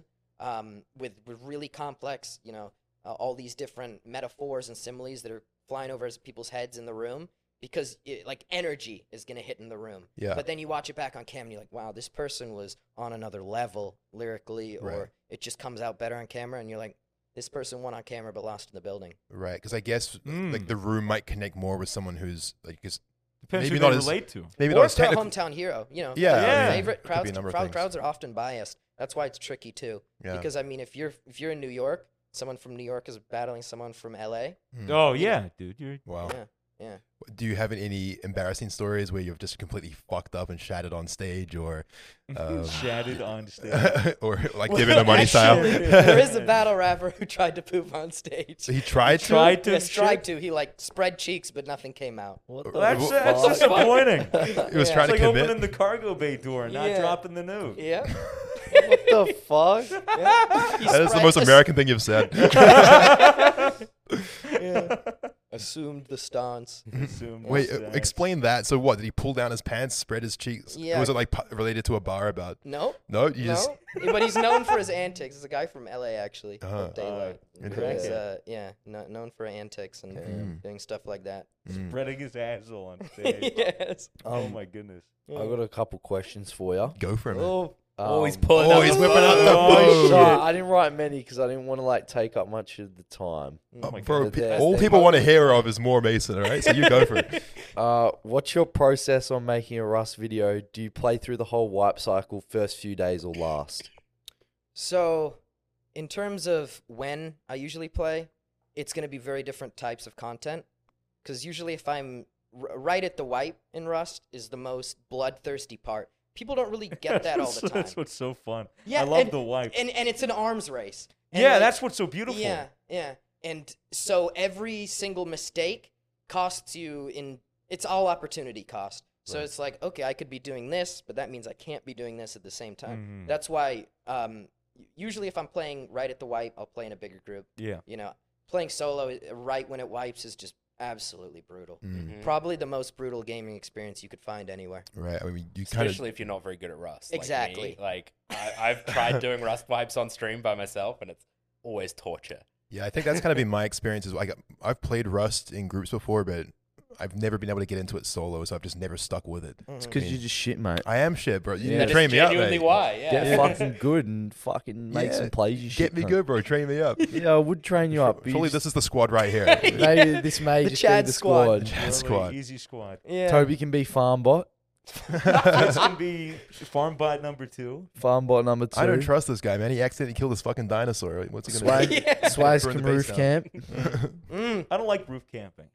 um, with with really complex, you know, uh, all these different metaphors and similes that are flying over as people's heads in the room because it, like energy is going to hit in the room.
Yeah.
But then you watch it back on camera and you're like, wow, this person was on another level lyrically, or
Right.
it just comes out better on camera. And you're like, this person won on camera but lost in the building.
right, because I guess like
Mm.
the room might connect more with someone who's like 'cause
Depends
Maybe
who
not
they
as-
relate to.
maybe
or
not
if
as
they're a
technical.
hometown hero, you know.
Yeah,
that's
I
your
mean,
Favorite
could be a
crowds,
number of
crowd,
things.
crowds are often biased. That's why it's tricky too.
Yeah.
Because I mean, if you're if you're in New York, someone from New York is battling someone from LA.
Mm.
Oh, yeah, dude. You're,
Wow.
Yeah, yeah.
Do you have any embarrassing stories where you've just completely fucked up and shattered on stage, or um,
shattered on stage.
or like David Armani style?
Actually, there is a battle rapper who tried to poop on stage.
So he tried, to-
Tried to.
yes, tried
shit?
to. He like spread cheeks, but nothing came out.
What
the
That's,
Wha-
that's disappointing.
He was
Yeah.
trying
It's like
to commit.
opening the cargo bay door and not
Yeah.
dropping the nude.
Yeah.
What the fuck?
That
He
is the
spread-
most
ass-
American thing you've said.
Assumed the stance.
Assume
Wait,
that's
uh,
that.
explain that. So what? Did he pull down his pants, spread his cheeks?
Yeah.
Was it like pu- related to a bar about?
Nope.
No, you just
No, but he's known for his antics. He's a guy from LA, actually.
Uh-huh.
Uh, Daylight.
Oh,
interesting.
He's, uh, yeah, kno- known for antics and
Hmm.
Mm.
doing stuff like that.
spreading his asshole on stage.
yes.
Mm.
Hmm.
Oh my goodness.
I got a couple questions for Um, you.
go for it. man.
Oh,
Mm. oh, he's pulling.
oh,
out
he's
the
whipping out
phone.
the
Oh,
phone.
sorry, I didn't write many because I didn't want to like take up much of the time.
hmm.
Uh,
Oh my
bro,
God.
pe-
That's
all
the-
people want to hear of is more Mason. All right, so you go for it.
Uh, what's your process on making a Rust video? Do you play through the whole wipe cycle, first few days or last?
So, in terms of when I usually play, it's going to be very different types of content. Because usually, if I'm r- right at the wipe in Rust, is the most bloodthirsty part. People don't really get that all the
So
time.
That's what's so fun.
yeah,
I love
and,
the wipe.
and and it's an arms race. And,
yeah,
like,
that's what's so beautiful.
Yeah, yeah. And so every single mistake costs you in it's all opportunity cost. So it's like, okay, I could be doing this, but that means I can't be doing this at the same time.
Mhm.
That's why um u- usually if I'm playing right at the wipe, I'll play in a bigger group.
Yeah.
You know, playing solo i- right when it wipes is just absolutely brutal.
Mm-hmm.
Mm,
Mm-hmm.
Probably the most brutal gaming experience you could find anywhere.
right. I mean, you kind of.
Especially if you're not very good at Rust. like me.
Exactly.
Like, I, I've tried doing Rust vibes on stream by myself, and it's always torture.
Yeah, I think that's kind of been my experience. Is I got, I've played Rust in groups before, but I've never been able to get into it solo, so I've just never stuck with it.
Mm-hmm.
Mhm.
good.
because
mean-
you're just shit, mate.
I am shit, bro. You
That
need
is
to train me up,
genuinely
mate.
why. Yeah.
Get fucking
fucking
good.
good and fucking make
Yeah.
some plays. You
Get
shit,
me
cunt.
good, bro. Train me up.
Yeah, I would train you up. but you
Surely
just-
this is the squad right here.
Maybe this may
The
just
Chad
be the
squad.
squad.
Chad squad.
Easy squad.
Yeah. Toby can be farm bot.
That's going to be farm bot number two.
Farm bot number two.
I don't trust this guy, man. He accidentally killed this fucking dinosaur. Like, What's he gonna
Swag,
do?
Swaz
Burn the
can
base
roof
down.
camp.
Mm.
I don't like roof camping.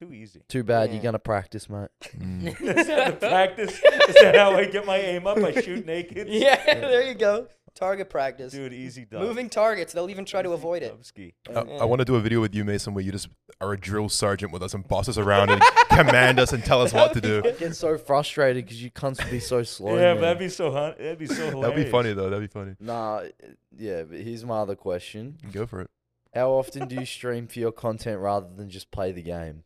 Too easy.
Too bad
Yeah.
you're gonna practice, mate.
Mm.
Is that the practice? Is that how I get my aim up? I shoot naked?
Yeah, there you go. Target practice.
Dude, easy dub.
Moving targets. They'll even try to
Easy
avoid it.
dubski.
Uh, I, want to do a video with you, Mason, where you just are a drill sergeant with us and boss us around and command us and tell us what to do.
I get so frustrated because you cunts would be so slow. man.
Yeah, but that'd be so hun- that'd be so hilarious.
That'd be funny though. That'd be funny.
Nah, yeah, but here's my other question.
Go for it.
How often do you stream for your content rather than just play the game?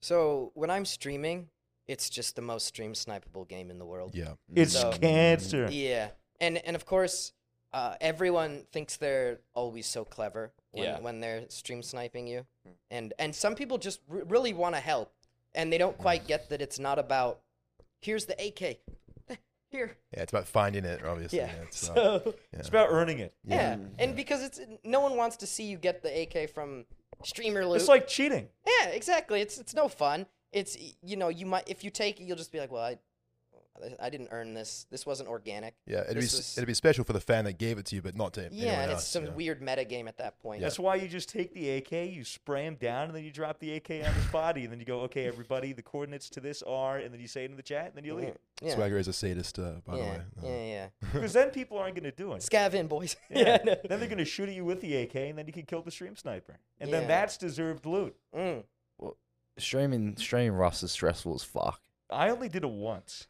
So when I'm streaming, it's just the most stream snipeable game in the world.
Yeah.
It's
So-
cancer.
Yeah, and and of course, uh, everyone thinks they're always so clever when,
Yeah.
when they're stream sniping you,
Hmm.
and and some people just r- really want to help, and they don't quite get that it's not about here's the AK, here,
Yeah, it's about finding it, obviously.
yeah.
it's uh, not-
so
It's about earning it.
yeah. and because it's no one wants to see you get the AK from streamer loot.
It's like cheating.
Yeah, exactly. It's it's no fun. It's y- you know you might if you take it, you'll just be like, well, I, I didn't earn this. This wasn't organic.
yeah, it'd be
This
s
was-
it'd be special for the fan that gave it to you, but not to
Yeah,
anyone
and
else.
it's some
yeah.
weird meta game at that point.
That's why you just take the AK, you spray him down, and then you drop the AK on his body, and then you go, okay, everybody, the coordinates to this are, and then you say it in the chat, and then you leave.
Yeah.
Swagger is a sadist, uh, by
yeah,
the
yeah,
way.
yeah.
Because then people aren't going to do it.
Scav in, boys.
Yeah.
yeah, no.
Then they're going to shoot at you with the AK, and then you can kill the stream sniper. And
Yeah.
then that's deserved loot.
Mm.
Streaming, streaming Rust is stressful as fuck.
I only did it once.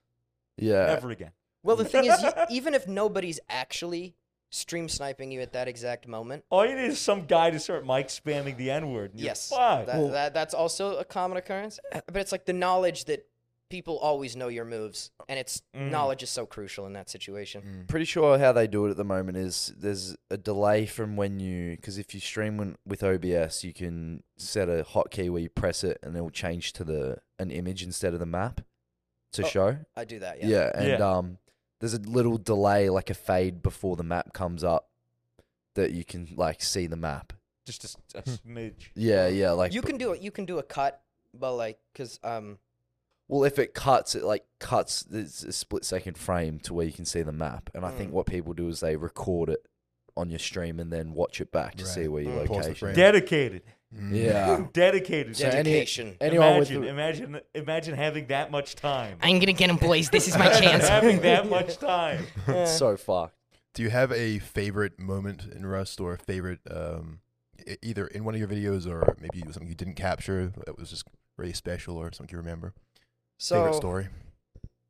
Yeah,
Never again.
Well, the thing is, you, even if nobody's actually stream sniping you at that exact moment,
All you need is some guy to start mic spamming the N word.
yes,
Fine.
that, that that's also a common occurrence. Eh, But it's like the knowledge that people always know your moves, and it's
Mm.
knowledge is so crucial in that situation.
Mm.
pretty sure how they do it at the moment is there's a delay from when you because if you stream when, with OBS, you can set a hotkey where you press it and it will change to the an image instead of the map to
Oh,
show.
I do that.
Yeah,
Yeah.
and
Yeah.
um, there's a little delay, like a fade before the map comes up, that you can like see the map.
Just a, s- a smidge.
Yeah, yeah, like
you
b-
can do it. You can do a cut, but like, cause um,
Well, if it cuts, it like cuts it's a split second frame to where you can see the map. And I think
Mm.
what people do is they record it on your stream and then watch it back to see
Right.
where your
Mm.
Pause the
location.
frame.
is.
Dedicated.
Mm.
Yeah.
Dedicated.
So any-
dedication.
Anyone
imagine,
with
imagine, imagine having that much time.
I'm gonna get him, boys. This is my
Imagine
chance.
having that much time.
the, it's so fucked.
Do you have a favorite moment in Rust or a favorite, um, e- either in one of your videos or maybe something you didn't capture that was just really special or something you remember? favorite
So
story?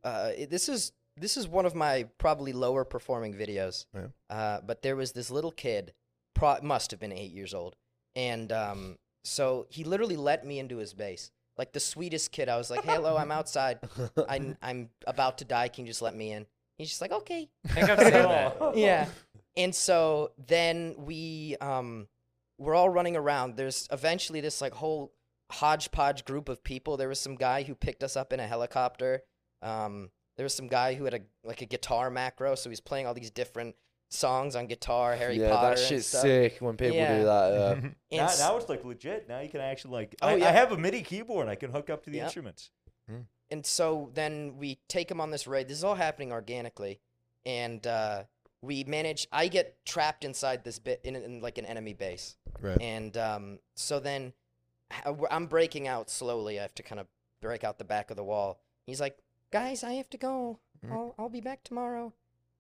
uh, it- this is this is one of my probably lower performing videos.
Yeah.
Uh, but there was this little kid, pro- must have been eight years old, and um, so he literally let me into his base. Like the sweetest kid, I was like, "Hello, I'm outside. I'm I'm about to die. Can you just let me in?" He's just like, "Okay."
I think I've seen that.
Oh.
yeah. And so then we um we're all running around. There's eventually this like whole hodgepodge group of people. There was some guy who picked us up in a helicopter. Um there was some guy who had a like a guitar macro, so he's playing all these different songs on guitar, Harry
yeah,
Potter.
that
and
shit's
stuff.
sick when people
Yeah.
do that. Yeah.
And
Now,
s-
now it's like legit. Now you can actually like.
Oh,
I, I
yeah.
have a MIDI keyboard. I can hook up to the
Yeah.
instruments.
and so then we take him on this raid. This is all happening organically, and uh, we manage. I get trapped inside this bit in, in like an enemy base,
Right.
and um, so then h- uh, we're- I'm breaking out slowly. I have to kind of break out the back of the wall. He's like, "Guys, I have to go.
Mm.
I'll I'll be back tomorrow."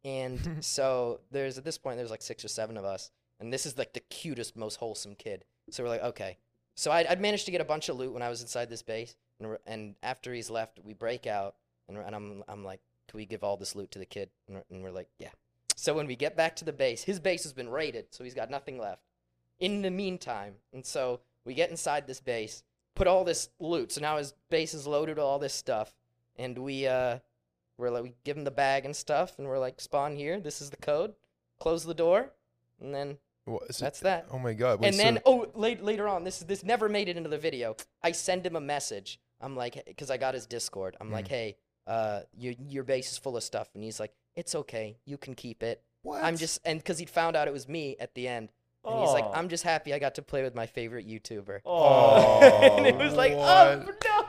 And so there's at this point there's like six or seven of us, and this is like the cutest, most wholesome kid. So we're like, okay. So I I'd managed to get a bunch of loot when I was inside this base, and we're- and after he's left, we break out, and, we're- and I'm I'm like, can we give all this loot to the kid? And we're, and we're like, yeah. So when we get back to the base, his base has been raided, so he's got nothing left. In the meantime, and so we get inside this base, put all this loot. So now his base is loaded with all this stuff, and we uh, we're like, we give him the bag and stuff, and we're like, spawn here. This is the code. Close the door, and then
Wha- so-
that's that
Oh my God. wait,
and
so-
then oh late, later on this this never made it into the video i send him a message I'm like, because I got his Discord. I'm like,
Mm.
hey, uh, your your base is full of stuff, and he's like, it's okay, you can keep it.
What?
I'm just, and because he found out it was me at the end, and he's like,
Oh.
I'm just happy I got to play with my favorite YouTuber.
Oh,
and it was like,
what?
oh no.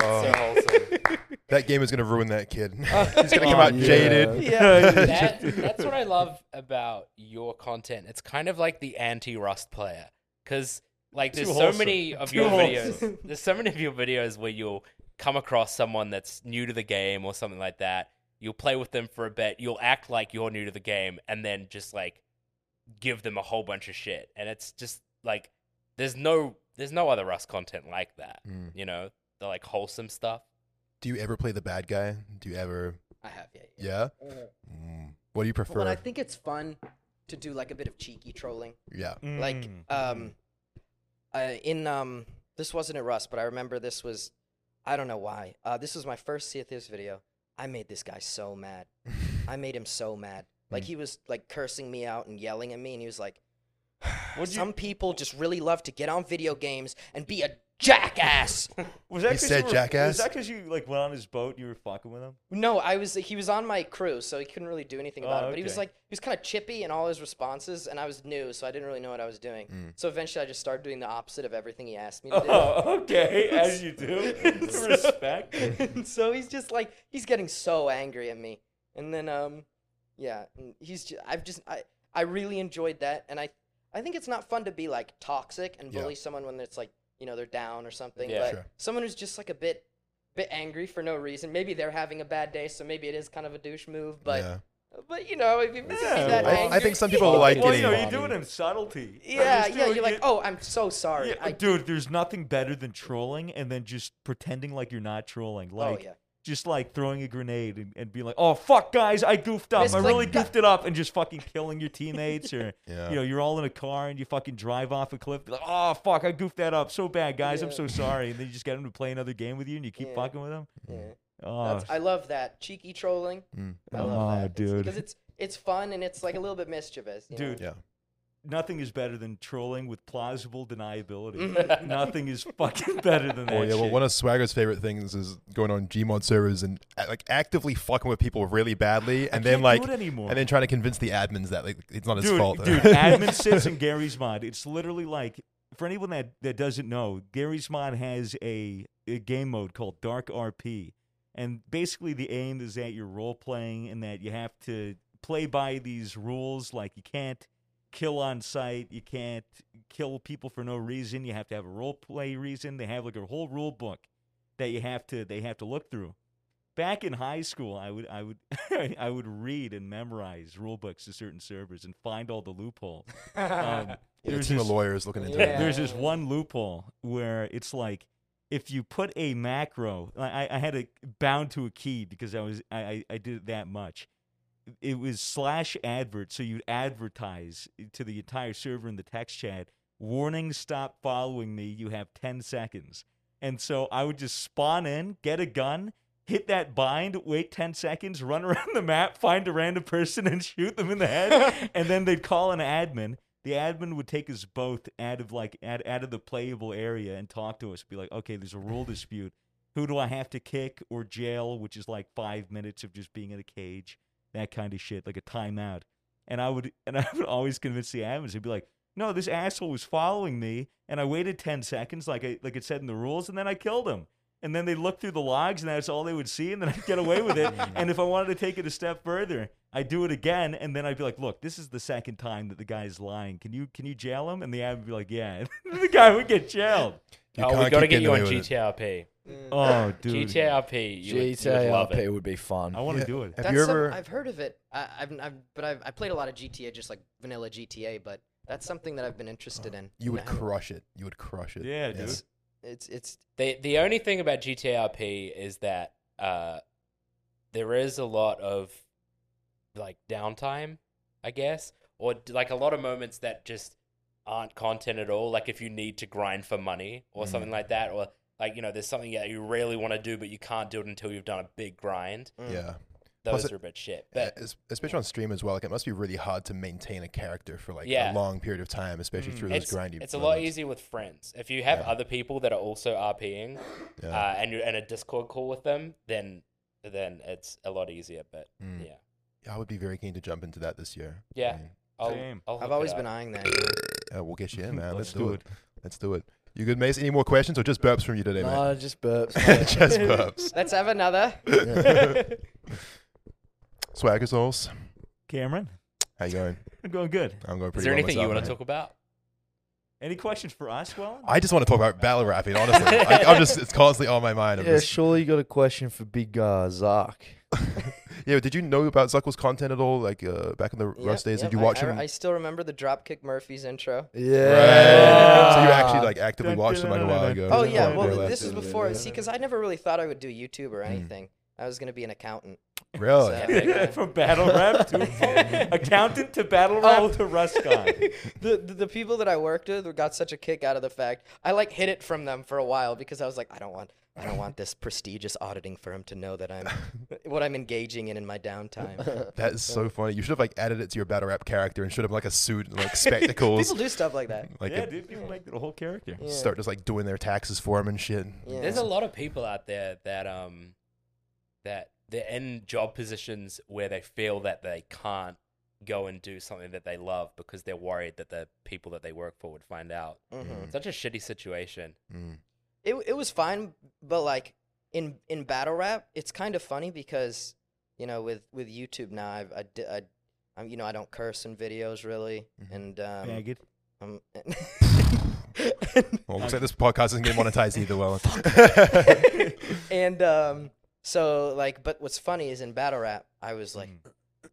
Oh,
So wholesome.
that game is gonna ruin that kid.
Uh.
He's gonna come
Oh,
out
yeah.
jaded.
that, that's what I love about your content. It's kind of like the anti Rust player because like
Too
there's so
wholesome.
many of
Too
your
wholesome.
videos. There's so many of your videos where you'll come across someone that's new to the game or something like that. You'll play with them for a bit. You'll act like you're new to the game and then just like give them a whole bunch of shit. And it's just like there's no there's no other Rust content like that.
Mm.
You know, the like wholesome stuff.
Do you ever play the bad guy? Do you ever?
I have, yeah. yeah.
Yeah. Mm. What do you prefer?
But I think it's fun to do like a bit of cheeky trolling.
yeah.
Like,
Mm-hmm. Mm.
um, uh, in um, this wasn't at Rust, but I remember this was, I don't know why. Uh, this was my first Sea of Thieves video. I made this guy so mad. I made him so mad. Like
Mm.
he was like cursing me out and yelling at me, and he was like,
What'd you-
"Some people just really love to get on video games and be a jackass."
was that
He
'cause
said
you were,
jackass?
Was that because you like went on his boat? and You were fucking with him.
No, I was he was on my crew, so he couldn't really do anything about
Oh,
it. But he was
okay.
like he was kind of chippy in all his responses, and I was new, so I didn't really know what I was doing.
Mm.
So eventually, I just started doing the opposite of everything he asked me to do.
Oh, okay, as you do. Respect.
And so he's just like he's getting so angry at me, and then um, yeah, and he's just, I've just I I really enjoyed that, and I I think it's not fun to be like toxic and
Yeah.
bully someone when it's like you know they're down or something,
Yeah.
but
Sure.
someone who's just like a bit bit angry for no reason. Maybe they're having a bad day, so maybe it is kind of a douche move, but.
yeah.
But you know, if you make
Yeah,
that
I- I
angry-
think some people like
well,
it.
you know,
Bobby.
you're doing him subtlety.
Oh, Yeah,
Just
yeah,
do-
you're like,
you-
oh, I'm so sorry.
Yeah,
I,
dude, there's nothing better than trolling and then just pretending like you're not trolling. Like,
oh yeah,
just like throwing a grenade and, and being like, oh, fuck, guys, I goofed up. I
Misclick.
really goofed it up. And just fucking killing your teammates or,
Yeah.
you know, you're all in a car and you fucking drive off a cliff. Be like, oh, fuck, I goofed that up. So bad, guys. I'm
Yeah.
so sorry. And then you just get them to play another game with you and you keep
Yeah.
fucking with them.
yeah.
Oh,
That's, I love that cheeky trolling.
Mm.
I love
Oh,
that
dude.
because it's it's fun and it's like a little bit mischievous. you know?
dude.
Yeah.
Nothing is better than trolling with plausible deniability. nothing is fucking better than that.
Oh yeah, well,
shit.
one of Swagger's favorite things is going on Gmod servers and uh, like actively fucking with people really badly, and then
can't
like,
do it anymore.
and then trying to convince the admins that like it's not his
dude,
fault.
Dude, admin sits in Gary's mod. It's literally like for anyone that, that doesn't know, Gary's mod has a, a game mode called Dark RP. And basically the aim is that you're role playing and that you have to play by these rules like you can't kill on sight, you can't kill people for no reason, you have to have a role play reason. They have like a whole rule book that you have to they have to look through back in high school, I would I would I would read and memorize rule books to certain servers and find all the loopholes. Um,
Yeah, the
there's
team of
this-
lawyers looking into
Yeah.
it.
there's this one loophole where it's like if you put a macro I, I- I had a bound to a key because I was I, I, I did it that much. It was slash advert, so you'd advertise to the entire server in the text chat, warning stop following me, you have ten seconds. And so I would just spawn in, get a gun, hit that bind, wait 10 seconds, run around the map, find a random person and shoot them in the head. and then they'd call an admin. The admin would take us both out of like out, out of the playable area and talk to us. Be like, okay, there's a rule dispute. Who do I have to kick or jail? Which is like five minutes of just being in a cage, that kind of shit, like a timeout. And I would and I would always convince the admins. I'd be like, no, this asshole was following me, and I waited ten seconds, like I like it said in the rules, and then I killed him. And then they look through the logs, and that's all they would see, and then I'd get away with it. and if I wanted to take it a step further, I'd do it again, and then I'd be like, "Look, this is the second time that the guy's lying. Can you can you jail him?" And the ad would be like, "Yeah." And the guy would get jailed.
You
oh, we
can't
gotta
keep
get
getting
you on
away with it.
GTRP.
Mm.
Oh, dude,
GTRP. You, would- you would love
GTRP
it.
would be fun.
I want to
Yeah.
do it.
Have you
some-
ever?
I've heard of it. I, I've, I've but I've I played a lot of GTA, just like vanilla GTA. But that's something that I've been interested in.
Oh, you
and
would
I haven't-
crush it. You would crush it.
Yeah, dude.
It's it's
The the only thing about GTRP is that uh, there is a lot of like downtime, I guess, or d- like a lot of moments that just aren't content at all. Like if you need to grind for money or something
Mm.
like that, or
mm.
like you know, there's something that you really want to do but you can't do it until you've done a big grind.
Yeah. Plus
Those
it-
are a bit shit.
Uh,
But
es- especially on stream as well. Like it must be really hard to maintain a character for like a
Yeah.
long period of time, especially
Mm.
through those
it's,
grindy.
it's a lot
moments.
easier with friends. If you have
Yeah.
other people that are also RPing
Yeah.
uh, and you're in a Discord call with them, then then it's a lot easier. But
Mm.
yeah,
I would be very keen to jump into that this year. I
Yeah.
mean,
I'll,
Same.
I'll
I've
look
always
it
been
up.
eyeing that. dude.
uh, we'll get you in, man.
Let's
Let's, do
do
it. Let's do it. You good, Mace? Any more questions or just burps from you today, man?
Nah, just burps.
just burps.
Let's have another.
Swagger souls.
Cameron,
How you going?
I'm going good.
I'm going pretty
Is there
well
anything
myself,
you want
man.
to talk about?
Any questions for us, Wellen?
I just want to talk about battle rapping, honestly. I, I'm just, it's constantly on my mind. I'm
Yeah,
just-
surely you got a question for Big Guy Zark.
yeah, did you know about Zuckel's content at all? Like uh, back in the
Yep,
Rust days,
yep,
did you
I-
watch
I,
him?
I still remember the Dropkick Murphys intro.
Yeah.
So you actually like actively
Dun,
watched him like a while
dun,
ago.
dun,
Oh
Yeah,
yeah,
yeah,
well
More or
yeah.
less.
this was before. See, because I never really thought I would do YouTube
Mm.
or anything. I was gonna be an accountant.
Really?
So-
From battle rap to accountant to battle rap
Oh.
to Ruscon.
the, the the people that I worked with got such a kick out of the fact I like hid it from them for a while because I was like I don't want I don't want this prestigious auditing firm to know that I'm what I'm engaging in in my downtime.
That is so funny. You should have like added it to your battle rap character and should have like a suit and like spectacles.
People do stuff like that.
like
yeah,
a-
dude, people make it a whole character.
Yeah.
start just like doing their taxes for him and shit.
Yeah.
There's a lot of people out there that um that they're in job positions where they feel that they can't go and do something that they love because they're worried that the people that they work for would find out.
Mhm.
Such a shitty situation.
Mm.
It it was fine, but like in in battle rap, it's kind of funny because you know with with YouTube now I've I, di- I I'm, you know I don't curse in videos really,
Mhm.
and um,
Maggot.
um,
Well, looks like this podcast isn't getting monetized either. Well,
and um, so like, but what's funny is in battle rap, I was like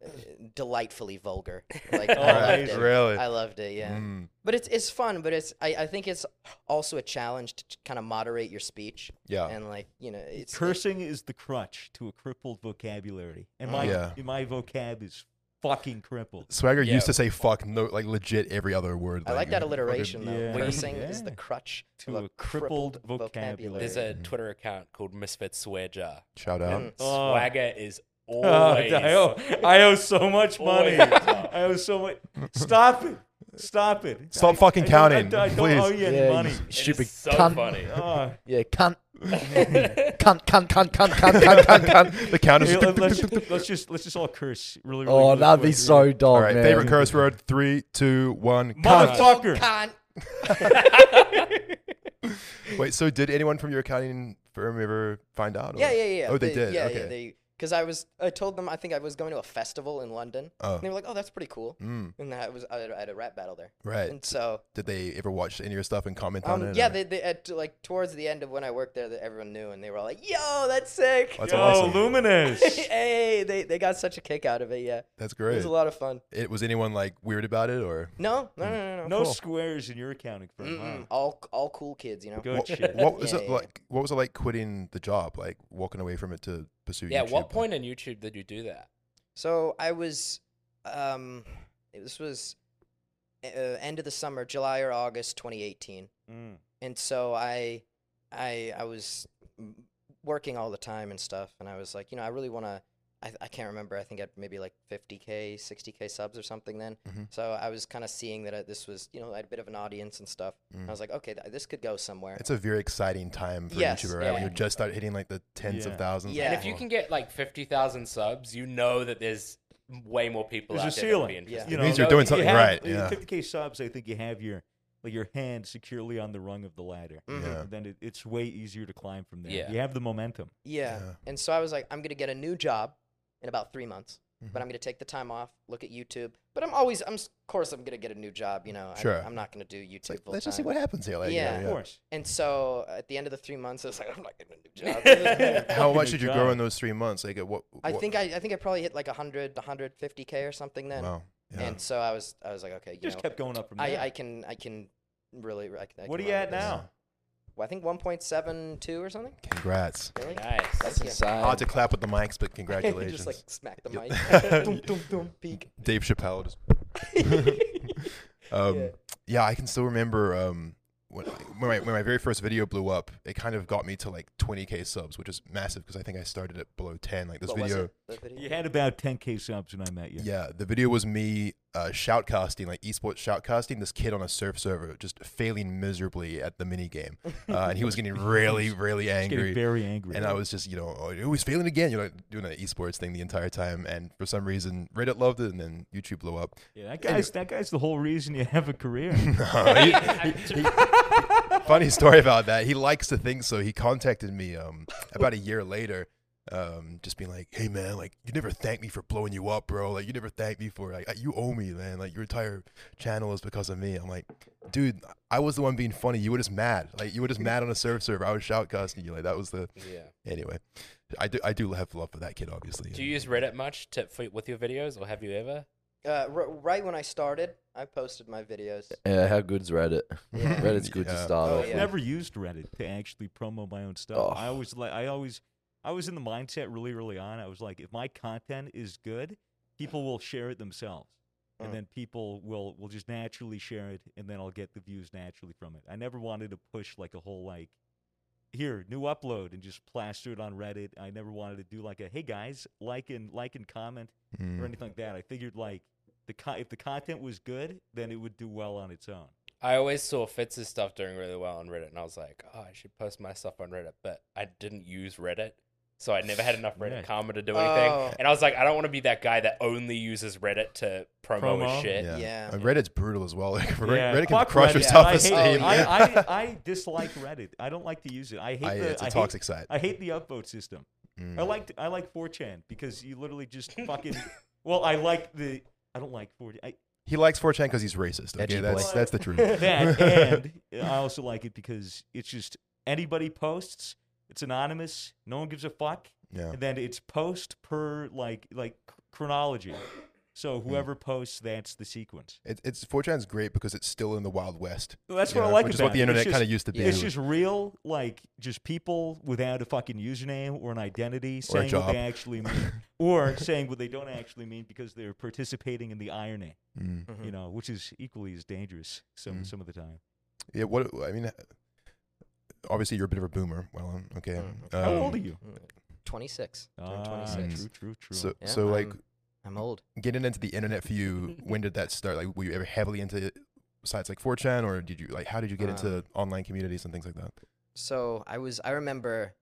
uh, delightfully vulgar. Like,
Oh,
I loved
nice.
it.
really?
I loved it. Yeah,
Mm.
but it's it's fun. But it's I, I think it's also a challenge to kind of moderate your speech
Yeah.
and like you know it's it-
Cursing is the crutch to a crippled vocabulary. And my
Yeah.
my vocab is fucking crippled.
Swagger
Yeah.
used to say fuck no, like legit every other word.
I like that
uh,
alliteration though.
Yeah.
Cursing is the
Yeah.
crutch
To
of
a crippled vocabulary.
There's a Twitter account called Misfit Swear Jar.
Shout out.
Mm.
Oh.
Swagger is
Oh,
always.
I owe, I owe so much money.
Always.
I owe so much. Stop it. Stop it.
Stop
I-
fucking
I don't-
counting,
I, don't- I don't owe
please.
you any
Yeah,
money.
you
It is
Stupid
so
cunt.
funny.
Oh,
Yeah, cunt. cunt, cunt, cunt, cunt, cunt, cunt, cunt, cunt.
The count is.
hey, let- let's, just, let's just let's just all curse really. really
Oh,
really
that'd be
quick.
so dog,
All right.
man.
Favorite curse word. Three, two, one. Cunt.
Motherfucker.
Cunt.
Wait. So did anyone from your accounting firm ever find out? or-
Yeah, yeah, yeah.
Oh, they, did.
Yeah,
okay.
yeah. They because I was I told them I think I was going to a festival in London.
Oh.
And they were like, oh, that's pretty cool.
Mm,
And I was I had- I had a rap battle there.
right.
And so,
Did they ever watch any of your stuff and comment
Oh,
on
um,
it?
yeah,
or-
they, they at, like towards the end of when I worked there, that everyone knew, and they were all like, "Yo, that's sick!"
That's
Yo,
awesome.
Luminous.
hey, they they got such a kick out of it. Yeah,
That's
it
great.
was a lot of fun.
It was anyone like weird about it or
No, no, no, no, no.
Hmm. No
Cool.
squares in your accounting firm. huh?
Mm-mm. All all cool kids, you know.
Good
what,
shit.
what was
Oh,
it
Yeah, yeah, yeah.
like? What was it like quitting the job? Like walking away from it to pursue?
yeah,
YouTube?
what point in YouTube did you do that?
So I was, um, this was uh, end of the summer, July or August, 2018.
Mm.
and so I, I, I was m- working all the time and stuff, and I was like, you know, I really want to. I, I can't remember. I think I had maybe like 50k, 60k subs or something then.
Mhm.
So I was kind of seeing that I, this was, you know, I had a bit of an audience and stuff. And I was like, okay, th- this could go somewhere.
Mm. It's a very exciting time for
Yes,
YouTuber, right? When
yeah.
you just start hitting like the tens
Yeah.
of thousands.
Yeah.
And if you can get like 50,000 subs, you know that there's way more people
There's a
out there that would be
ceiling.
interested.
Yeah.
You
It
know,
means you're doing
if you
something
have-
right,
you-
yeah.
50k subs. I think you have your like your hand securely on the rung of the ladder.
Mhm.
Yeah.
And then it, it's way easier to climb from there.
Yeah.
You have the momentum.
Yeah.
Yeah.
And so I was like, I'm gonna get a new job in about three months,
Mm-hmm.
but I'm gonna take the time off, look at YouTube. But I'm always, I'm s- of course, I'm gonna get a new job. You know,
Sure.
I, I'm not gonna do YouTube
It's like,
full
let's just see
time.
what happens here. Like,
Yeah.
Of course.
And so at the end of the three months, I was like, I'm not getting a new job.
How
Fucking
much
a
did you
job.
grow in those three months? Like, at what?
I
what-
think I, I think I probably hit like 100, 150k or something then.
Wow. Yeah.
And so I was, I was like, okay, you
Just
know,
kept going up from
I,
there.
I can, I can really. I, can- I
what are
can
you
run
at
with this.
now?
Well, I think 1.72 or something.
Congrats.
Really?
Nice.
That's yeah.
Hard to clap with the mics, but congratulations.
Just like smack the
Yeah.
mic. dum, dum, dum, peek.
Dave Chappelle. Just, um, yeah. I can still remember um, when, when, my, when my very first video blew up, it kind of got me to like 20k subs, which is massive because I think I started at below 10. Like this
What was
video,
it? The video?
You had about 10k subs when I met you.
yeah, the video was me uh, shoutcasting, like esports shoutcasting, this kid on a surf server just failing miserably at the mini game, uh, and he was getting really, really
I was getting
angry.
very angry.
And I was just, you know, oh, you're always failing again. You're like doing an esports thing the entire time. And for some reason, Reddit loved it, and then YouTube blew up.
yeah, that guy's that guy's the whole reason you have a career.
Funny story about that. He likes to think so. He contacted me um, about a year later, um, just being like, "Hey man, like you never thanked me for blowing you up, bro. Like you never thanked me for like you owe me, man. Like your entire channel is because of me." I'm like, "Dude, I was the one being funny. You were just mad. Like you were just mad on a serve server. I was shoutcasting you. Like that was the
yeah.
anyway. I do I do have love for that kid, obviously.
Do you use Reddit much to, for, with your videos, or have you ever?
Uh, r- right when I started, I posted my videos.
Yeah, how good's Reddit? Reddit's good to
Yeah.
start off
Oh, yeah.
I've
with.
never used Reddit to actually promo my own stuff.
Oh.
I always like I always I was in the mindset really early on. I was like, if my content is good, people will share it themselves. And
Mm.
then people will will just naturally share it and then I'll get the views naturally from it. I never wanted to push like a whole like here, new upload and just plaster it on Reddit. I never wanted to do like a hey guys, like and like and comment
Mm.
or anything like that. I figured like the co- if the content was good, then it would do well on its own.
I always saw Fitz's stuff doing really well on Reddit, and I was like, oh, I should post my stuff on Reddit, but I didn't use Reddit, so I never had enough Reddit
Yeah.
karma to do anything.
Oh.
And I was like, I don't want to be that guy that only uses Reddit to promo,
Promo?
his shit.
Yeah.
Yeah.
Uh, Reddit's brutal as well. Like, Reddit,
Yeah.
Reddit can
Fuck
crush your
Reddit.
self
I hate-
esteem.
I, I, I dislike Reddit. I don't like to use it. I hate the
it's a
I
toxic
Hate,
site.
I hate the upvote system.
Mm.
I liked I like 4chan because you literally just fucking. well, I like the. I don't like 4chan. I,
He likes 4chan because he's racist. Okay,
Edgy boy.
that's that's the truth.
that and I also like it because it's just anybody posts. It's anonymous. No one gives a fuck.
yeah.
And then it's post per like like chronology.
Hmm.
So whoever posts, that's the sequence.
It, it's 4chan's great because it's still in the Wild West.
Well, that's
you
what I
know,
like
Which is
about
what the
it. It's
internet
just-
kind of used to be.
It's just real, like just people without a fucking username or an identity saying what
job.
they actually mean, or saying what they don't actually mean because they're participating in the irony,
Mm.
Mm-hmm.
you know, which is equally as dangerous some
Mhm.
some of the time.
Yeah. What I mean, obviously you're a bit of a boomer. Well, okay. Um,
Mm. How old are you?
Twenty six.
Ah,
26.
True, true, true.
So
Yeah,
so
Um,
like
I'm- I'm old.
getting into the internet for you. when did that start? Like, were you ever heavily into sites like 4chan, or did you like how did you get
Uh,
into online communities and things like that?
So I was. I remember,